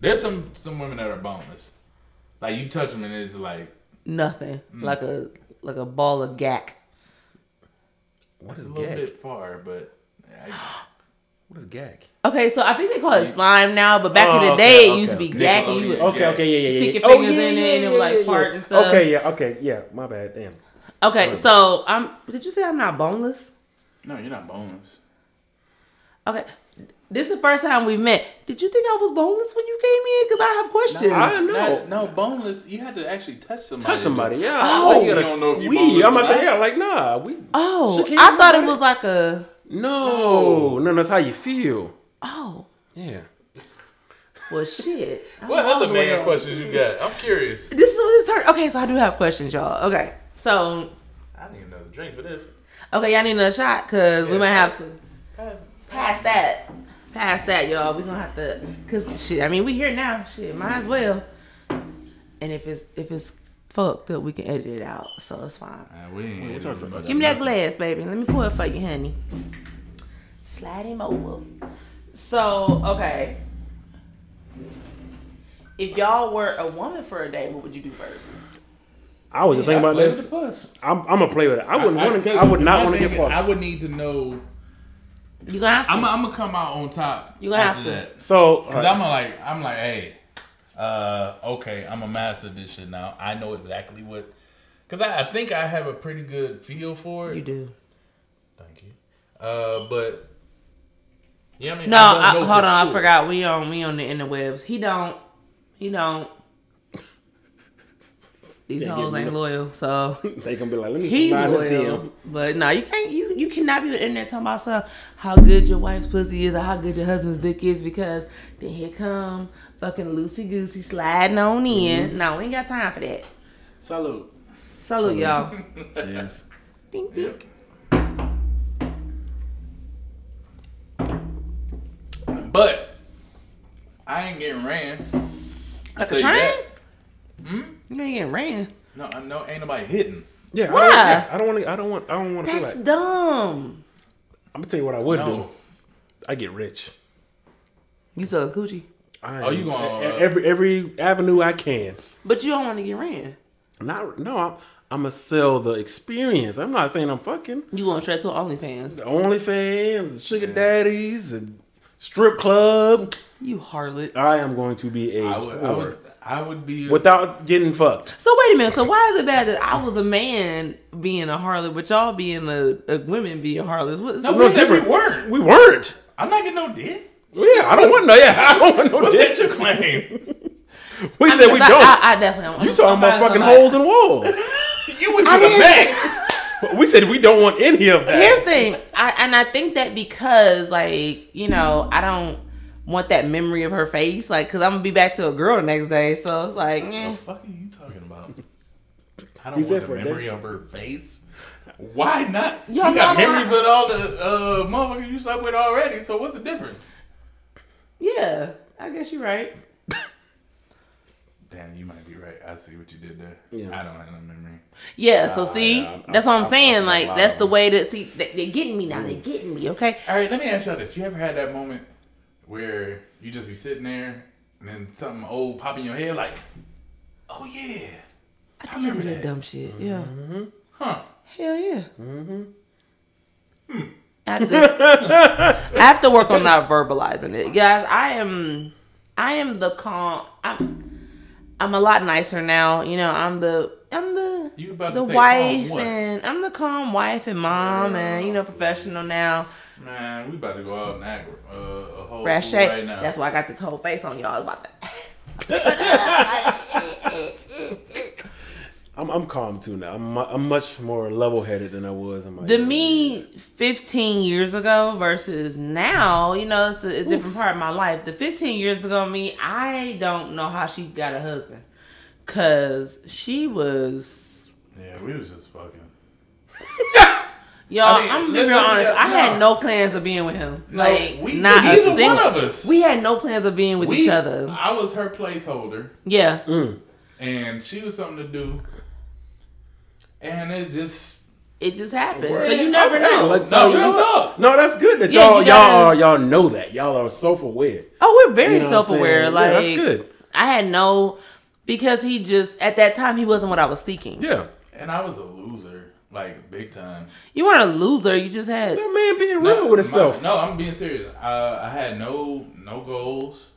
[SPEAKER 2] There's some some women that are boneless. Like you touch them and it's like
[SPEAKER 1] Nothing
[SPEAKER 2] Mm.
[SPEAKER 1] like a like a ball of gack.
[SPEAKER 3] what
[SPEAKER 2] it's
[SPEAKER 3] is
[SPEAKER 2] a little
[SPEAKER 3] gag?
[SPEAKER 2] bit far, but I,
[SPEAKER 3] What is gag?
[SPEAKER 1] Okay, so I think they call it slime now, but back
[SPEAKER 3] Oh,
[SPEAKER 1] in the
[SPEAKER 3] okay,
[SPEAKER 1] day it
[SPEAKER 3] okay,
[SPEAKER 1] used to be
[SPEAKER 2] okay.
[SPEAKER 1] gack. and you would-
[SPEAKER 2] Okay.
[SPEAKER 3] Okay, okay, yeah, yeah, yeah.
[SPEAKER 1] Stick your
[SPEAKER 3] yeah.
[SPEAKER 1] fingers in it and it would, like, fart and stuff.
[SPEAKER 3] Okay, yeah, okay, yeah. My bad, damn.
[SPEAKER 1] Okay, so I'm. Did you say I'm not boneless?
[SPEAKER 2] no, you're not boneless.
[SPEAKER 1] Okay. This is the first time we've met. Did you think I was boneless when you came in? Because I have questions.
[SPEAKER 3] I don't know.
[SPEAKER 2] Not- no, boneless. You had to actually touch somebody.
[SPEAKER 3] Touch somebody, yeah.
[SPEAKER 1] Oh,
[SPEAKER 3] like, you
[SPEAKER 2] you
[SPEAKER 3] gotta
[SPEAKER 2] don't know if you
[SPEAKER 3] squeeze. I'm about to
[SPEAKER 2] boneless or
[SPEAKER 3] say, yeah, like nah, we.
[SPEAKER 1] oh,
[SPEAKER 3] She can't
[SPEAKER 1] I thought it
[SPEAKER 3] remember
[SPEAKER 1] was like a.
[SPEAKER 3] No, no, that's how you feel.
[SPEAKER 1] Oh,
[SPEAKER 3] Yeah.
[SPEAKER 1] well, shit. I'm
[SPEAKER 2] What
[SPEAKER 1] all
[SPEAKER 2] other
[SPEAKER 1] the
[SPEAKER 2] man
[SPEAKER 1] way up.
[SPEAKER 2] questions you got? I'm curious.
[SPEAKER 1] This is what it's turned. Okay, so I do have questions, y'all. Okay, so
[SPEAKER 2] I need another drink for this.
[SPEAKER 1] okay, y'all need another shot because we
[SPEAKER 2] Yeah.
[SPEAKER 1] might have to
[SPEAKER 2] Pass.
[SPEAKER 1] pass that, pass that, y'all. We gonna have to, cause shit. I mean, we here now. Shit, might as well. And if it's if it's fucked up, we can edit it out, so it's fine.
[SPEAKER 2] Nah, we ain't
[SPEAKER 3] we talking about
[SPEAKER 2] much.
[SPEAKER 1] Give me that glass, baby. Let me pour it for you, honey. Slide him over. So, okay. If y'all were a woman for a day, what would you do first?
[SPEAKER 3] I was just
[SPEAKER 2] Yeah,
[SPEAKER 3] thinking about
[SPEAKER 2] play with
[SPEAKER 3] this.
[SPEAKER 2] the puss.
[SPEAKER 3] I'm, I'm gonna play with it. I wouldn't want to.
[SPEAKER 2] I-
[SPEAKER 3] I would
[SPEAKER 2] my
[SPEAKER 3] not want to
[SPEAKER 2] thing
[SPEAKER 3] get
[SPEAKER 2] is,
[SPEAKER 3] fucked.
[SPEAKER 2] I would need to know.
[SPEAKER 1] You gonna have to.
[SPEAKER 2] I'm I'm gonna come out on top.
[SPEAKER 1] You gonna have to.
[SPEAKER 2] after that.
[SPEAKER 3] so,
[SPEAKER 2] Cause I'm a, like, I'm like, hey, uh, okay, I'm a master of this shit now. I know exactly what. Cause I, I think I have a pretty good feel for it.
[SPEAKER 1] you do.
[SPEAKER 2] Thank you. Uh, but yeah, I mean,
[SPEAKER 1] No,
[SPEAKER 2] don't
[SPEAKER 1] I,
[SPEAKER 2] know
[SPEAKER 1] hold
[SPEAKER 2] for
[SPEAKER 1] on. I
[SPEAKER 2] sure.
[SPEAKER 1] forgot. We on we on the interwebs. He don't. He don't. These
[SPEAKER 3] Can't
[SPEAKER 1] hoes
[SPEAKER 3] get
[SPEAKER 1] ain't
[SPEAKER 3] me.
[SPEAKER 1] loyal,
[SPEAKER 2] (laughs)
[SPEAKER 1] so
[SPEAKER 3] uh, they gonna be like, let me
[SPEAKER 1] he's
[SPEAKER 3] mind this
[SPEAKER 1] loyal.
[SPEAKER 3] deal.
[SPEAKER 1] But no, you can't. You you cannot be on the internet talking about some, how good your wife's pussy is or how good your husband's dick is because then here come fucking loosey goosey sliding on in. No, we ain't got time for that.
[SPEAKER 2] Mm-hmm. Salute.
[SPEAKER 1] Salute y'all.
[SPEAKER 3] Yes.
[SPEAKER 1] dink dink.
[SPEAKER 2] But I ain't getting ran. I
[SPEAKER 1] Like
[SPEAKER 2] tell
[SPEAKER 1] a
[SPEAKER 2] you
[SPEAKER 1] train.
[SPEAKER 2] that.
[SPEAKER 1] You ain't getting ran.
[SPEAKER 2] No, I know ain't nobody hitting.
[SPEAKER 3] Yeah.
[SPEAKER 1] Why?
[SPEAKER 3] I don't want to. I don't want. I don't want to feel
[SPEAKER 1] That's
[SPEAKER 3] like.
[SPEAKER 1] dumb.
[SPEAKER 3] Oh, I'm gonna tell you what I would
[SPEAKER 2] No.
[SPEAKER 3] do. I get rich.
[SPEAKER 1] You selling coochie?
[SPEAKER 3] I
[SPEAKER 2] Oh, you
[SPEAKER 3] am-
[SPEAKER 2] gonna,
[SPEAKER 3] e-
[SPEAKER 2] uh,
[SPEAKER 3] every every avenue I can.
[SPEAKER 1] But you don't want to get ran.
[SPEAKER 3] Not no, I'm, I'm gonna sell the experience. I'm not saying I'm fucking
[SPEAKER 1] You going straight to OnlyFans.
[SPEAKER 3] the OnlyFans, the sugar daddies, the strip club.
[SPEAKER 1] You harlot.
[SPEAKER 3] I am going to be a
[SPEAKER 2] I would, I
[SPEAKER 3] whore
[SPEAKER 2] would, I would be
[SPEAKER 3] without getting fucked.
[SPEAKER 1] So wait a minute. So why is it bad that I was a man being a harlot, but y'all being a, a women being harlots? What's
[SPEAKER 2] No,
[SPEAKER 1] no,
[SPEAKER 2] we
[SPEAKER 3] What's
[SPEAKER 2] said
[SPEAKER 3] different?
[SPEAKER 2] we weren't.
[SPEAKER 3] We weren't.
[SPEAKER 2] I'm not getting no
[SPEAKER 3] (laughs)
[SPEAKER 2] dick.
[SPEAKER 3] Well, yeah, I don't want no. Yeah, (laughs) I don't want no.
[SPEAKER 2] What's
[SPEAKER 3] Dick.
[SPEAKER 2] that your
[SPEAKER 3] (laughs)
[SPEAKER 2] claim?
[SPEAKER 3] We
[SPEAKER 2] (laughs)
[SPEAKER 3] said we don't.
[SPEAKER 1] I, I definitely.
[SPEAKER 3] you talking about fucking holes
[SPEAKER 1] (laughs)
[SPEAKER 3] in walls?
[SPEAKER 2] you would
[SPEAKER 1] I
[SPEAKER 2] do the
[SPEAKER 1] didn't-
[SPEAKER 3] (laughs)
[SPEAKER 2] best.
[SPEAKER 3] we said we don't want any of that.
[SPEAKER 1] Here's the thing, I, and I think that because like you know, I don't want that memory of her face, like because I'm gonna be back to a girl the next day. So it's like, eh.
[SPEAKER 2] The fuck are you talking about? I
[SPEAKER 3] He
[SPEAKER 2] don't
[SPEAKER 3] said
[SPEAKER 2] want the
[SPEAKER 3] for a
[SPEAKER 2] memory
[SPEAKER 3] day.
[SPEAKER 2] of her face. Why not?
[SPEAKER 1] Yo,
[SPEAKER 2] you got
[SPEAKER 1] no, no,
[SPEAKER 2] memories
[SPEAKER 1] no.
[SPEAKER 2] of all the uh, motherfuckers you slept with already. So what's the difference?
[SPEAKER 1] yeah, I guess you're right.
[SPEAKER 2] Damn, you might be right. I see what you did there.
[SPEAKER 3] Yeah.
[SPEAKER 2] I don't have no memory.
[SPEAKER 1] Yeah. So see,
[SPEAKER 3] yeah, I'm-
[SPEAKER 1] that's what I'm,
[SPEAKER 3] I'm-
[SPEAKER 1] saying.
[SPEAKER 3] I'm
[SPEAKER 1] like
[SPEAKER 3] lying.
[SPEAKER 1] that's the way that see they, they're getting me now. They're getting me. Okay.
[SPEAKER 2] All right, let me ask y'all this: You ever had that moment where you just be sitting there and then something old pop in your head, like, "Oh yeah,
[SPEAKER 1] I, did
[SPEAKER 2] remember
[SPEAKER 1] do that
[SPEAKER 2] that.
[SPEAKER 1] dumb shit. Yeah.
[SPEAKER 2] huh?"
[SPEAKER 1] Hell yeah. Mm-hmm. I, have to, I have to work on not verbalizing it, guys. I am, I am the calm. I'm, I'm a lot nicer now. You know, I'm the, I'm the,
[SPEAKER 2] You about
[SPEAKER 1] the
[SPEAKER 2] to say
[SPEAKER 1] wife,
[SPEAKER 2] calm what?
[SPEAKER 1] and I'm the calm wife and mom, and you know, professional now.
[SPEAKER 2] Man, we about to go up Niagara, uh, a whole
[SPEAKER 1] Rache.
[SPEAKER 2] pool right now.
[SPEAKER 1] That's why I got this whole face on y'all. I was about to.
[SPEAKER 3] I'm, I'm calm too now. I'm, mu- I'm much more level headed than I was in my.
[SPEAKER 1] the
[SPEAKER 3] younger
[SPEAKER 1] me
[SPEAKER 3] years.
[SPEAKER 1] 15 years ago versus now, you know, it's a, a different part of my life. The 15 years ago me, I don't know how she got a husband cuz she was
[SPEAKER 2] Yeah, we was just
[SPEAKER 1] (laughs)
[SPEAKER 2] fucking.
[SPEAKER 1] y'all, I
[SPEAKER 2] I mean,
[SPEAKER 1] am gonna be real
[SPEAKER 2] no, no,
[SPEAKER 1] honest.
[SPEAKER 2] no,
[SPEAKER 1] I had
[SPEAKER 2] no.
[SPEAKER 1] no plans of being with him.
[SPEAKER 2] No,
[SPEAKER 1] like
[SPEAKER 2] we-
[SPEAKER 1] not a
[SPEAKER 2] neither one
[SPEAKER 1] single
[SPEAKER 2] of us.
[SPEAKER 1] We had no plans of being with
[SPEAKER 2] we,
[SPEAKER 1] each other.
[SPEAKER 2] I was her placeholder,
[SPEAKER 1] Yeah.
[SPEAKER 2] and she was something to do, and it just
[SPEAKER 1] It just happened.
[SPEAKER 2] Word.
[SPEAKER 1] So you never
[SPEAKER 2] Okay,
[SPEAKER 1] know.
[SPEAKER 3] Oh, Let's-
[SPEAKER 2] no,
[SPEAKER 3] let's-
[SPEAKER 2] shut up.
[SPEAKER 3] No, that's good that
[SPEAKER 1] Yeah,
[SPEAKER 3] y'all
[SPEAKER 1] you
[SPEAKER 3] y'all are
[SPEAKER 1] gotta-
[SPEAKER 3] y'all know that y'all are self aware.
[SPEAKER 1] Oh, we're very
[SPEAKER 3] You know what I'm
[SPEAKER 1] self-aware.
[SPEAKER 3] saying?
[SPEAKER 1] like
[SPEAKER 3] Yeah, that's good.
[SPEAKER 1] I had no because he just at that time he wasn't what I was seeking.
[SPEAKER 3] Yeah,
[SPEAKER 2] And I was a loser, like big time.
[SPEAKER 1] You weren't a loser. You just had
[SPEAKER 3] that man being real with
[SPEAKER 2] My-
[SPEAKER 3] himself.
[SPEAKER 2] no, I'm being serious. I, I had no no goals.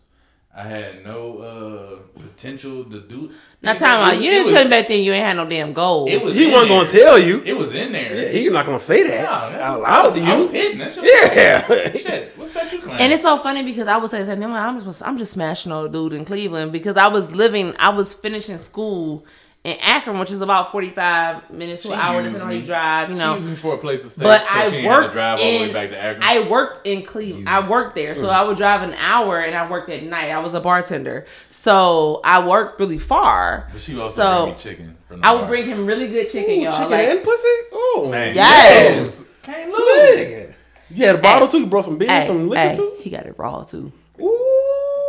[SPEAKER 2] I had no uh potential to do.
[SPEAKER 1] Now, time out.
[SPEAKER 2] It-
[SPEAKER 1] You
[SPEAKER 2] it
[SPEAKER 1] didn't
[SPEAKER 2] was-
[SPEAKER 1] tell me back then you ain't had no damn goals.
[SPEAKER 2] It was.
[SPEAKER 3] he
[SPEAKER 2] in
[SPEAKER 3] wasn't
[SPEAKER 2] there.
[SPEAKER 3] gonna tell you.
[SPEAKER 2] It was in there.
[SPEAKER 3] Yeah, he not gonna say that
[SPEAKER 2] Nah, that's-
[SPEAKER 3] out loud to
[SPEAKER 2] I was
[SPEAKER 3] you.
[SPEAKER 2] hidden. That's your
[SPEAKER 3] Yeah.
[SPEAKER 2] Shit. What's that you claim?
[SPEAKER 1] and it's so funny because I would say something like, I'm just I'm just smashing old dude in Cleveland because I was living I was finishing school in Akron, which is about 45 minutes to an hour depending on how you drive, you know.
[SPEAKER 2] She used me for a place to stay.
[SPEAKER 1] But
[SPEAKER 2] so she
[SPEAKER 1] I
[SPEAKER 2] ain't had to
[SPEAKER 1] worked
[SPEAKER 2] drive all the way
[SPEAKER 1] in
[SPEAKER 2] back to Akron. Mm.
[SPEAKER 1] I worked in Cleveland. I
[SPEAKER 3] Used.
[SPEAKER 1] worked there, so I would drive an hour, and I worked at night. I was a bartender, so I worked really far.
[SPEAKER 2] But she also
[SPEAKER 1] so
[SPEAKER 2] bring me chicken. From the
[SPEAKER 1] I would
[SPEAKER 2] bar.
[SPEAKER 1] bring him really good chicken,
[SPEAKER 3] Ooh,
[SPEAKER 1] y'all.
[SPEAKER 3] chicken
[SPEAKER 1] like,
[SPEAKER 3] and pussy. Oh
[SPEAKER 2] Man,
[SPEAKER 1] Yes.
[SPEAKER 2] Can't lose.
[SPEAKER 3] Nigga. You had a bottle too. You brought some beer,
[SPEAKER 1] hey,
[SPEAKER 3] some liquor
[SPEAKER 1] hey,
[SPEAKER 3] too.
[SPEAKER 1] he got it raw too.
[SPEAKER 3] Ooh.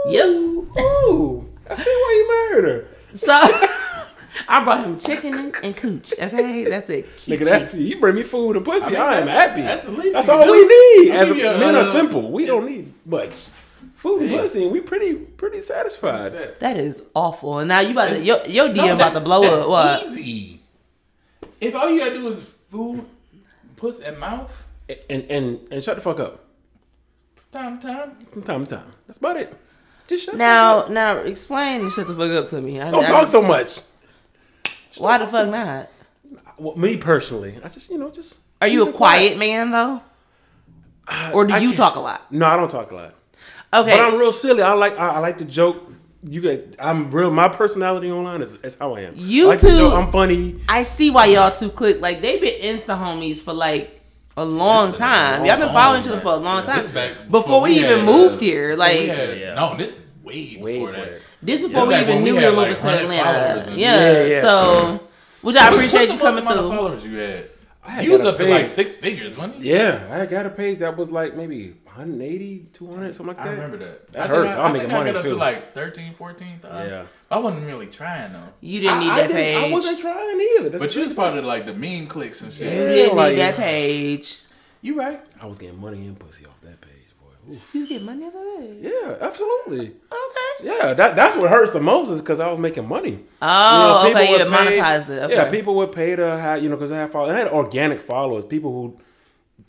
[SPEAKER 1] Yo.
[SPEAKER 3] Ooh. I see why you married her.
[SPEAKER 1] So (laughs) I brought him chicken and cooch. Okay, that's it. Coochie.
[SPEAKER 3] Nigga, that's you bring me food and pussy.
[SPEAKER 2] mean,
[SPEAKER 3] I, am
[SPEAKER 2] that's-
[SPEAKER 3] happy.
[SPEAKER 2] that's
[SPEAKER 3] That's,
[SPEAKER 2] the least you
[SPEAKER 3] all
[SPEAKER 2] can
[SPEAKER 3] we
[SPEAKER 2] do.
[SPEAKER 3] need.
[SPEAKER 2] I'll
[SPEAKER 3] As
[SPEAKER 2] give you a,
[SPEAKER 3] men
[SPEAKER 2] uh,
[SPEAKER 3] are simple. We don't need much. Food and
[SPEAKER 2] Yeah.
[SPEAKER 3] pussy, and we pretty pretty satisfied.
[SPEAKER 1] That is awful. And now you about to your your DM
[SPEAKER 2] No,
[SPEAKER 1] about to
[SPEAKER 2] that's-
[SPEAKER 1] blow
[SPEAKER 2] that's
[SPEAKER 1] up. What?
[SPEAKER 2] Easy. If all you gotta do is food, puss, and mouth,
[SPEAKER 3] And and and shut the fuck up
[SPEAKER 2] time to time.
[SPEAKER 3] from time to time. That's about it. Just shut. the fuck
[SPEAKER 1] Now
[SPEAKER 3] up.
[SPEAKER 1] now explain and shut the fuck up to me. I,
[SPEAKER 3] don't
[SPEAKER 1] I-
[SPEAKER 3] talk so much.
[SPEAKER 1] Why the fuck not?
[SPEAKER 3] Well, me personally, I just you know just.
[SPEAKER 1] Are you
[SPEAKER 3] he's Uh,
[SPEAKER 1] a quiet man though? Or do
[SPEAKER 3] I
[SPEAKER 1] you
[SPEAKER 3] can't-
[SPEAKER 1] talk a lot?
[SPEAKER 3] No, I don't talk a lot.
[SPEAKER 1] Okay.
[SPEAKER 3] But I'm real silly. I like I, I like to joke. You guys, I'm real. My personality online is, is how I am.
[SPEAKER 1] You
[SPEAKER 3] I like to
[SPEAKER 1] two-
[SPEAKER 3] joke, I'm funny.
[SPEAKER 1] I see why y'all two click. Like they been insta homies for like a long
[SPEAKER 2] been a
[SPEAKER 1] time.
[SPEAKER 2] long
[SPEAKER 1] y'all been following each
[SPEAKER 2] time,
[SPEAKER 1] other for a long
[SPEAKER 2] yeah.
[SPEAKER 1] time
[SPEAKER 2] This back
[SPEAKER 1] before,
[SPEAKER 2] before
[SPEAKER 1] we,
[SPEAKER 2] we
[SPEAKER 1] even
[SPEAKER 2] had,
[SPEAKER 1] moved
[SPEAKER 2] uh,
[SPEAKER 1] here.
[SPEAKER 2] Like,
[SPEAKER 1] Like
[SPEAKER 3] Yeah.
[SPEAKER 2] no, this is way,
[SPEAKER 3] Way
[SPEAKER 2] before
[SPEAKER 3] before
[SPEAKER 2] that.
[SPEAKER 1] this before we
[SPEAKER 2] back
[SPEAKER 1] even
[SPEAKER 2] when we
[SPEAKER 1] knew we
[SPEAKER 2] had,
[SPEAKER 1] were
[SPEAKER 2] like,
[SPEAKER 1] moving to
[SPEAKER 2] 100 followers
[SPEAKER 1] Atlanta.
[SPEAKER 2] and-
[SPEAKER 1] Yeah.
[SPEAKER 3] Yeah, yeah.
[SPEAKER 1] So, which I appreciate
[SPEAKER 2] What's
[SPEAKER 1] you
[SPEAKER 2] the
[SPEAKER 1] coming
[SPEAKER 2] most amount of
[SPEAKER 1] through.
[SPEAKER 2] followers you had?
[SPEAKER 3] had
[SPEAKER 2] You was
[SPEAKER 3] got a
[SPEAKER 2] up to like
[SPEAKER 3] page.
[SPEAKER 2] six figures, wasn't you?
[SPEAKER 3] Yeah, I got a page that was like maybe 180, 200, something like that.
[SPEAKER 2] I remember that.
[SPEAKER 3] That
[SPEAKER 2] I
[SPEAKER 3] hurt.
[SPEAKER 2] Think I,
[SPEAKER 3] I'm
[SPEAKER 2] I
[SPEAKER 3] making
[SPEAKER 2] think I
[SPEAKER 3] money,
[SPEAKER 2] got up
[SPEAKER 3] too.
[SPEAKER 2] to like 13, 14,000.
[SPEAKER 3] Yeah.
[SPEAKER 2] I wasn't really trying though.
[SPEAKER 1] You didn't need
[SPEAKER 3] I,
[SPEAKER 1] that
[SPEAKER 3] I
[SPEAKER 1] page.
[SPEAKER 3] I wasn't trying either. That's
[SPEAKER 2] But you was part of like the mean clicks and shit.
[SPEAKER 1] you didn't
[SPEAKER 3] like-
[SPEAKER 1] need that page.
[SPEAKER 2] You right.
[SPEAKER 3] I was getting money and pussy off that page, boy.
[SPEAKER 1] You get money out of it.
[SPEAKER 3] Yeah, absolutely.
[SPEAKER 1] Okay.
[SPEAKER 3] Yeah, that, that's what hurts the most is because I was making money.
[SPEAKER 1] Oh,
[SPEAKER 3] You know, people
[SPEAKER 1] okay. You
[SPEAKER 3] would pay-
[SPEAKER 1] monetized it. Okay.
[SPEAKER 3] Yeah, people would pay to have you know because I had follow. I had organic followers, people who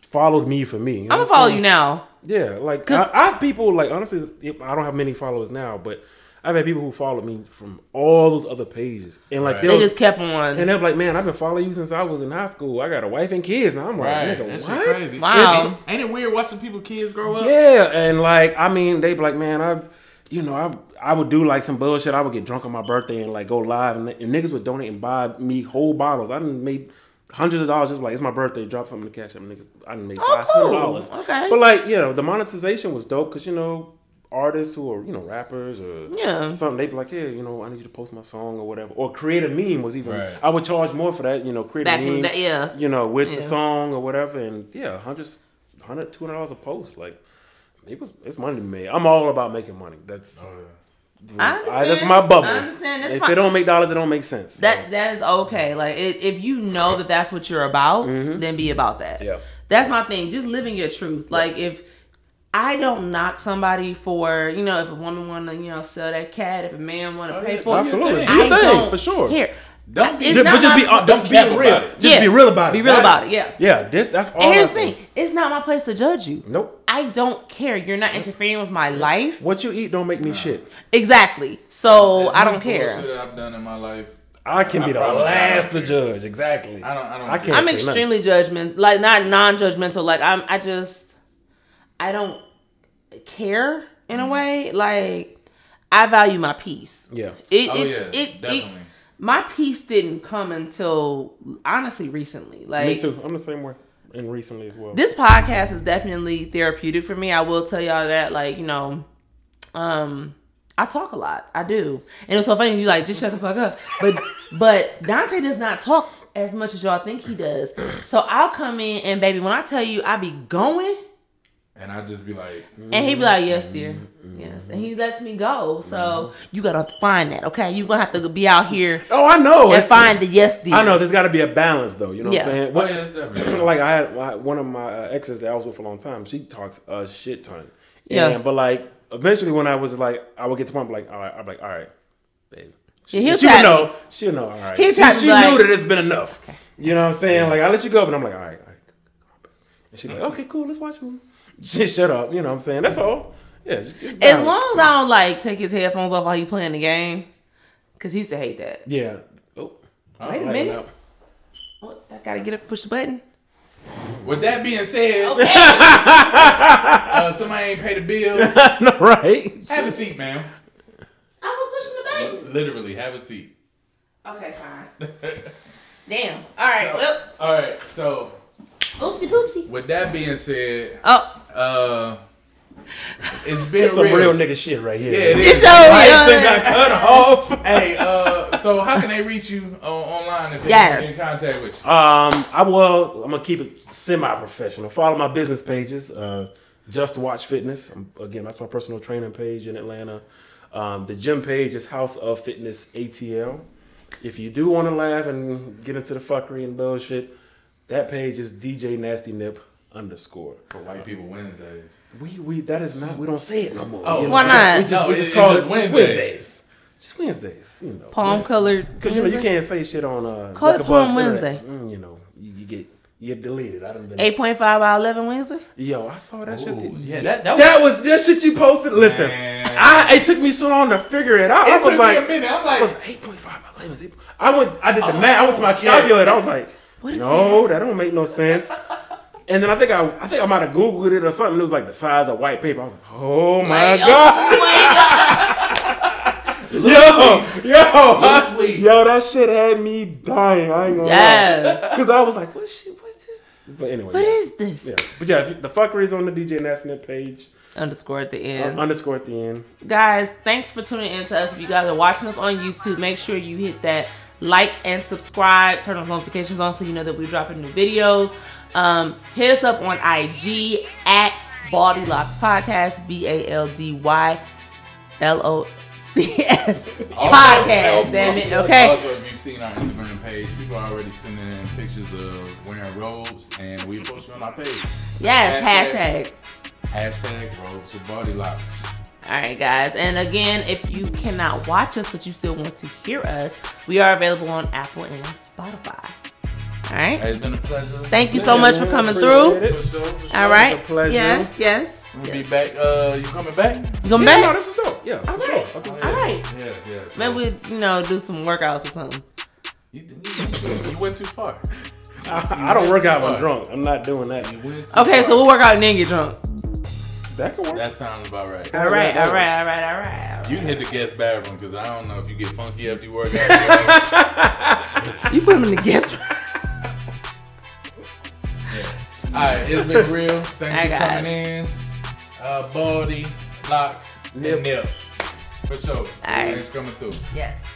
[SPEAKER 3] followed me for me.
[SPEAKER 1] I'm gonna follow you now.
[SPEAKER 3] Yeah, like
[SPEAKER 1] 'Cause-
[SPEAKER 3] I, I have people like honestly, I don't have many followers now, but I've had people who followed me from all those other pages, and like
[SPEAKER 2] Right.
[SPEAKER 1] They
[SPEAKER 3] they'll,
[SPEAKER 1] just kept on.
[SPEAKER 3] and they're like, man, I've been following you since I was in high school. I got a wife and kids now. I'm like,
[SPEAKER 2] Right.
[SPEAKER 3] nigga,
[SPEAKER 2] That's
[SPEAKER 3] what?
[SPEAKER 2] crazy.
[SPEAKER 1] Wow.
[SPEAKER 2] Ain't, ain't it weird watching people kids grow up?
[SPEAKER 3] Yeah, and like I mean, they be like, man, I, you know, I I would do like some bullshit. I would get drunk on my birthday and like go live, and, and niggas would donate and buy me whole bottles. I didn't make hundreds of dollars just like it's my birthday. Drop something to cash up, nigga. I didn't make
[SPEAKER 1] Oh,
[SPEAKER 3] five ten
[SPEAKER 1] cool.
[SPEAKER 3] dollars.
[SPEAKER 1] Okay.
[SPEAKER 3] but like you know, the monetization was dope because you know artists who are you know rappers or
[SPEAKER 1] Yeah.
[SPEAKER 3] something they be like yeah you know i need you to post my song or whatever or create a meme was even
[SPEAKER 2] Right.
[SPEAKER 3] i would charge more for that you know create
[SPEAKER 1] Back
[SPEAKER 3] a
[SPEAKER 1] in
[SPEAKER 3] meme
[SPEAKER 1] the yeah.
[SPEAKER 3] you know, with
[SPEAKER 1] Yeah.
[SPEAKER 3] the song or whatever, and yeah, hundreds, hundred, two hundred dollars a post. Like, it was, it's money to be made. I'm all about making money. That's
[SPEAKER 2] Oh, yeah.
[SPEAKER 1] I
[SPEAKER 3] I, that's
[SPEAKER 1] understand.
[SPEAKER 3] my bubble.
[SPEAKER 1] I understand. That's
[SPEAKER 3] if
[SPEAKER 1] fine.
[SPEAKER 3] it don't make dollars, it don't make sense.
[SPEAKER 1] That that is okay. Like it, if you know that that's what you're about, then be about that.
[SPEAKER 3] Mm-hmm. Yeah.
[SPEAKER 1] That's my thing. Just living your truth. Like if I don't knock somebody for you know if a woman want to you know sell that cat, if a man want to pay
[SPEAKER 2] yeah.
[SPEAKER 1] for
[SPEAKER 3] Oh, Absolutely.
[SPEAKER 1] it,
[SPEAKER 3] Do your
[SPEAKER 1] I
[SPEAKER 3] thing,
[SPEAKER 1] don't
[SPEAKER 3] for sure.
[SPEAKER 1] Here,
[SPEAKER 2] Don't be-
[SPEAKER 1] it's
[SPEAKER 3] Yeah,
[SPEAKER 1] not
[SPEAKER 3] but just
[SPEAKER 1] my-
[SPEAKER 3] be, uh, don't be
[SPEAKER 2] cap
[SPEAKER 3] real.
[SPEAKER 2] about it.
[SPEAKER 3] Just
[SPEAKER 1] Yeah.
[SPEAKER 3] be real about it.
[SPEAKER 1] Be real
[SPEAKER 3] That's-
[SPEAKER 1] about it, yeah.
[SPEAKER 3] Yeah. This. That's all.
[SPEAKER 1] And here's
[SPEAKER 3] I
[SPEAKER 1] the
[SPEAKER 3] think.
[SPEAKER 1] thing: it's not my place to judge you.
[SPEAKER 3] Nope.
[SPEAKER 1] I don't care. You're not interfering with my life.
[SPEAKER 3] What you eat don't make me shit.
[SPEAKER 1] Exactly. So
[SPEAKER 2] There's
[SPEAKER 1] Oh, I
[SPEAKER 2] no
[SPEAKER 1] don't
[SPEAKER 2] bullshit
[SPEAKER 1] care.
[SPEAKER 2] that I've done in my life.
[SPEAKER 3] I can
[SPEAKER 2] I
[SPEAKER 3] be the
[SPEAKER 2] promise
[SPEAKER 3] last
[SPEAKER 2] you.
[SPEAKER 3] to judge. Exactly.
[SPEAKER 2] I don't. I don't.
[SPEAKER 3] I
[SPEAKER 2] care.
[SPEAKER 3] can't
[SPEAKER 1] I'm
[SPEAKER 3] say nothing.
[SPEAKER 1] extremely judgment, like not non-judgmental. Like I'm, I just, I don't care in a way. Like I value my peace.
[SPEAKER 3] Yeah.
[SPEAKER 1] It,
[SPEAKER 2] Oh
[SPEAKER 1] it,
[SPEAKER 2] yeah,
[SPEAKER 1] it, it-
[SPEAKER 2] definitely.
[SPEAKER 1] my peace didn't come until honestly recently. Like
[SPEAKER 3] Me too. I'm the same way. And recently as well.
[SPEAKER 1] this podcast is definitely therapeutic for me. I will tell y'all that, like, you know, um, I talk a lot. I do. And it's so funny, you like, just shut the fuck up. But but Dante does not talk as much as y'all think he does. So I'll come in and baby, when I tell you I be going,
[SPEAKER 2] and I just be like,
[SPEAKER 1] and he be like, Yes, dear. Yes. And he lets me go. So you gotta find that, okay? you gonna have to be out here
[SPEAKER 3] oh, I know.
[SPEAKER 1] and
[SPEAKER 3] It's-
[SPEAKER 1] find the yes dear.
[SPEAKER 3] I know. There's got to be a balance, though. You know
[SPEAKER 1] Yeah.
[SPEAKER 3] what I'm saying?
[SPEAKER 2] "Well, yeah, (clears throat) it's definitely."
[SPEAKER 3] (clears throat) like I had I- one of my uh, exes that I was with for a long time. She talks a shit ton.
[SPEAKER 1] Yeah.
[SPEAKER 3] And- but like eventually, when I was like, I would get to one like, all right, I'm like, all right, babe. She,
[SPEAKER 1] Yeah, he'll
[SPEAKER 3] she would
[SPEAKER 1] tap
[SPEAKER 3] know.
[SPEAKER 1] me.
[SPEAKER 3] She'll know. All right.
[SPEAKER 1] He'll
[SPEAKER 3] she
[SPEAKER 1] tap me,
[SPEAKER 3] she
[SPEAKER 1] like-
[SPEAKER 3] knew that it's been enough. You know what I'm saying? Like I let you go, but I'm like, all right, all right. And she's like, okay, cool. Let's watch a movie. (laughs) Just shut up. You know what I'm saying? That's all. Yeah. Just, just
[SPEAKER 1] As
[SPEAKER 3] balance.
[SPEAKER 1] long as I don't like take his headphones off while he playing the game. Cause he used to hate that.
[SPEAKER 3] Yeah.
[SPEAKER 1] (laughs)
[SPEAKER 3] Oh.
[SPEAKER 1] Wait
[SPEAKER 3] (laughs)
[SPEAKER 1] a
[SPEAKER 3] lighten
[SPEAKER 1] minute.
[SPEAKER 3] up.
[SPEAKER 1] What? Oh, I gotta get up, and push the button.
[SPEAKER 2] With that being said,
[SPEAKER 3] Oh.
[SPEAKER 1] (laughs) Okay.
[SPEAKER 2] uh, somebody ain't paid a
[SPEAKER 3] (laughs)
[SPEAKER 2] bill.
[SPEAKER 3] no, right?
[SPEAKER 2] have a seat, ma'am.
[SPEAKER 1] I was pushing the button.
[SPEAKER 2] Literally, have a seat.
[SPEAKER 1] Okay, fine.
[SPEAKER 3] (laughs)
[SPEAKER 1] Damn. All right. Well,
[SPEAKER 2] All right. So,
[SPEAKER 1] oopsie poopsie.
[SPEAKER 2] with that being said,
[SPEAKER 1] Oh,
[SPEAKER 2] uh, it's been
[SPEAKER 3] It's some real nigga shit right here.
[SPEAKER 2] Yeah, it
[SPEAKER 1] it
[SPEAKER 2] is.
[SPEAKER 1] show
[SPEAKER 3] got cut off.
[SPEAKER 1] (laughs)
[SPEAKER 2] hey, uh, so how can they reach you uh, online if they
[SPEAKER 1] Yes.
[SPEAKER 2] get in contact with you?
[SPEAKER 3] Um, I will. I'm gonna keep it semi-professional. Follow my business pages. Uh, Just Watch Fitness. Um, again, that's my personal training page in Atlanta. Um, the gym page is House of Fitness ATL. If you do want to laugh and get into the fuckery and bullshit, that page is DJ Nasty Nip underscore.
[SPEAKER 2] For White People Wednesdays.
[SPEAKER 3] We we that is not. We don't say it no more.
[SPEAKER 2] Oh.
[SPEAKER 3] you
[SPEAKER 1] Why not?
[SPEAKER 3] We just,
[SPEAKER 2] No,
[SPEAKER 3] we
[SPEAKER 2] it-
[SPEAKER 3] just
[SPEAKER 2] it
[SPEAKER 3] call
[SPEAKER 2] was
[SPEAKER 3] it
[SPEAKER 2] Wednesdays.
[SPEAKER 3] Wednesdays. Wednesdays. Just Wednesdays. You know.
[SPEAKER 1] Palm colored.
[SPEAKER 3] Because you know you can't say shit on uh,
[SPEAKER 1] Call it
[SPEAKER 3] Zuckerberg's
[SPEAKER 1] Palm
[SPEAKER 3] internet.
[SPEAKER 1] Wednesday.
[SPEAKER 3] Mm, you know, you, you get you get deleted. I done been.
[SPEAKER 1] Eight point five by eleven Wednesday.
[SPEAKER 3] Yo, I saw that shit.
[SPEAKER 2] Ooh,
[SPEAKER 3] that-
[SPEAKER 2] yeah, that- that
[SPEAKER 3] was that shit you posted. Listen,
[SPEAKER 2] Man.
[SPEAKER 3] I it took me so long to figure it out. I
[SPEAKER 2] It
[SPEAKER 3] was
[SPEAKER 2] took
[SPEAKER 3] like,
[SPEAKER 2] me a minute. I'm
[SPEAKER 3] I was
[SPEAKER 2] like,
[SPEAKER 3] eight point five. I went. I did the math. I went to my
[SPEAKER 2] yeah.
[SPEAKER 3] calculator. I was like,
[SPEAKER 1] Oh. is
[SPEAKER 3] no, that? don't make no sense. And then I think I, I think I might have googled it or something. It was like the size of white paper. I was like, oh my god, yo, yo, I-
[SPEAKER 2] sleep.
[SPEAKER 3] yo, that shit had me dying. I ain't gonna
[SPEAKER 1] Yes.
[SPEAKER 3] because I was like, what shit? What's this? But anyway,
[SPEAKER 1] What is this?
[SPEAKER 3] yeah. But yeah, if you, the fuckery is on the DJ National page.
[SPEAKER 1] Underscore at the end.
[SPEAKER 3] Underscore at the end.
[SPEAKER 1] guys, thanks for tuning in to us. If you guys are watching us on YouTube, make sure you hit that like and subscribe. Turn on notifications on so you know that we're dropping new videos. Um, hit us up on IG at Baldy Locks Podcast, B A L D Y L O C S Podcast. Damn it. Okay.
[SPEAKER 2] Also, if you've seen our Instagram page, people are already sending in pictures of wearing robes, and we post them on our page.
[SPEAKER 1] Yes.
[SPEAKER 2] Hashtag.
[SPEAKER 1] Hashtag.
[SPEAKER 2] Hashtag road to body locks.
[SPEAKER 1] All right, guys. And again, if you cannot watch us but you still want to hear us, we are available on Apple and Spotify. All right.
[SPEAKER 2] Hey, it's been a pleasure.
[SPEAKER 1] Thank you so much for coming through.
[SPEAKER 2] For sure, for sure.
[SPEAKER 1] All right.
[SPEAKER 3] pleasure.
[SPEAKER 1] Yes, yes.
[SPEAKER 2] We'll be back. Uh, you coming back?
[SPEAKER 1] You gonna
[SPEAKER 3] Yeah, no,
[SPEAKER 1] back?
[SPEAKER 3] this was dope. Yeah,
[SPEAKER 1] All
[SPEAKER 3] for sure.
[SPEAKER 1] right. All right.
[SPEAKER 2] Yeah, yeah. sure.
[SPEAKER 1] Maybe we, you know, do some workouts or something.
[SPEAKER 2] You, you- you went too far.
[SPEAKER 3] I, I don't work out when I'm drunk. I'm not doing that.
[SPEAKER 2] You went too
[SPEAKER 1] Okay,
[SPEAKER 2] far.
[SPEAKER 1] so we'll work out and then get drunk.
[SPEAKER 3] That could work.
[SPEAKER 2] That sounds about right.
[SPEAKER 1] All right, all right, all right, all right. All right.
[SPEAKER 2] You can hit the guest bathroom because I don't know if you get funky after you work
[SPEAKER 1] (laughs)
[SPEAKER 2] out.
[SPEAKER 1] You put him in the guest room.
[SPEAKER 2] All right, it's (laughs) been real. Thanks
[SPEAKER 1] I
[SPEAKER 2] for
[SPEAKER 1] got
[SPEAKER 2] coming in. Uh, Baldy, Locks, and Nip. For sure.
[SPEAKER 1] right.
[SPEAKER 2] Thanks for coming through.
[SPEAKER 1] Yes.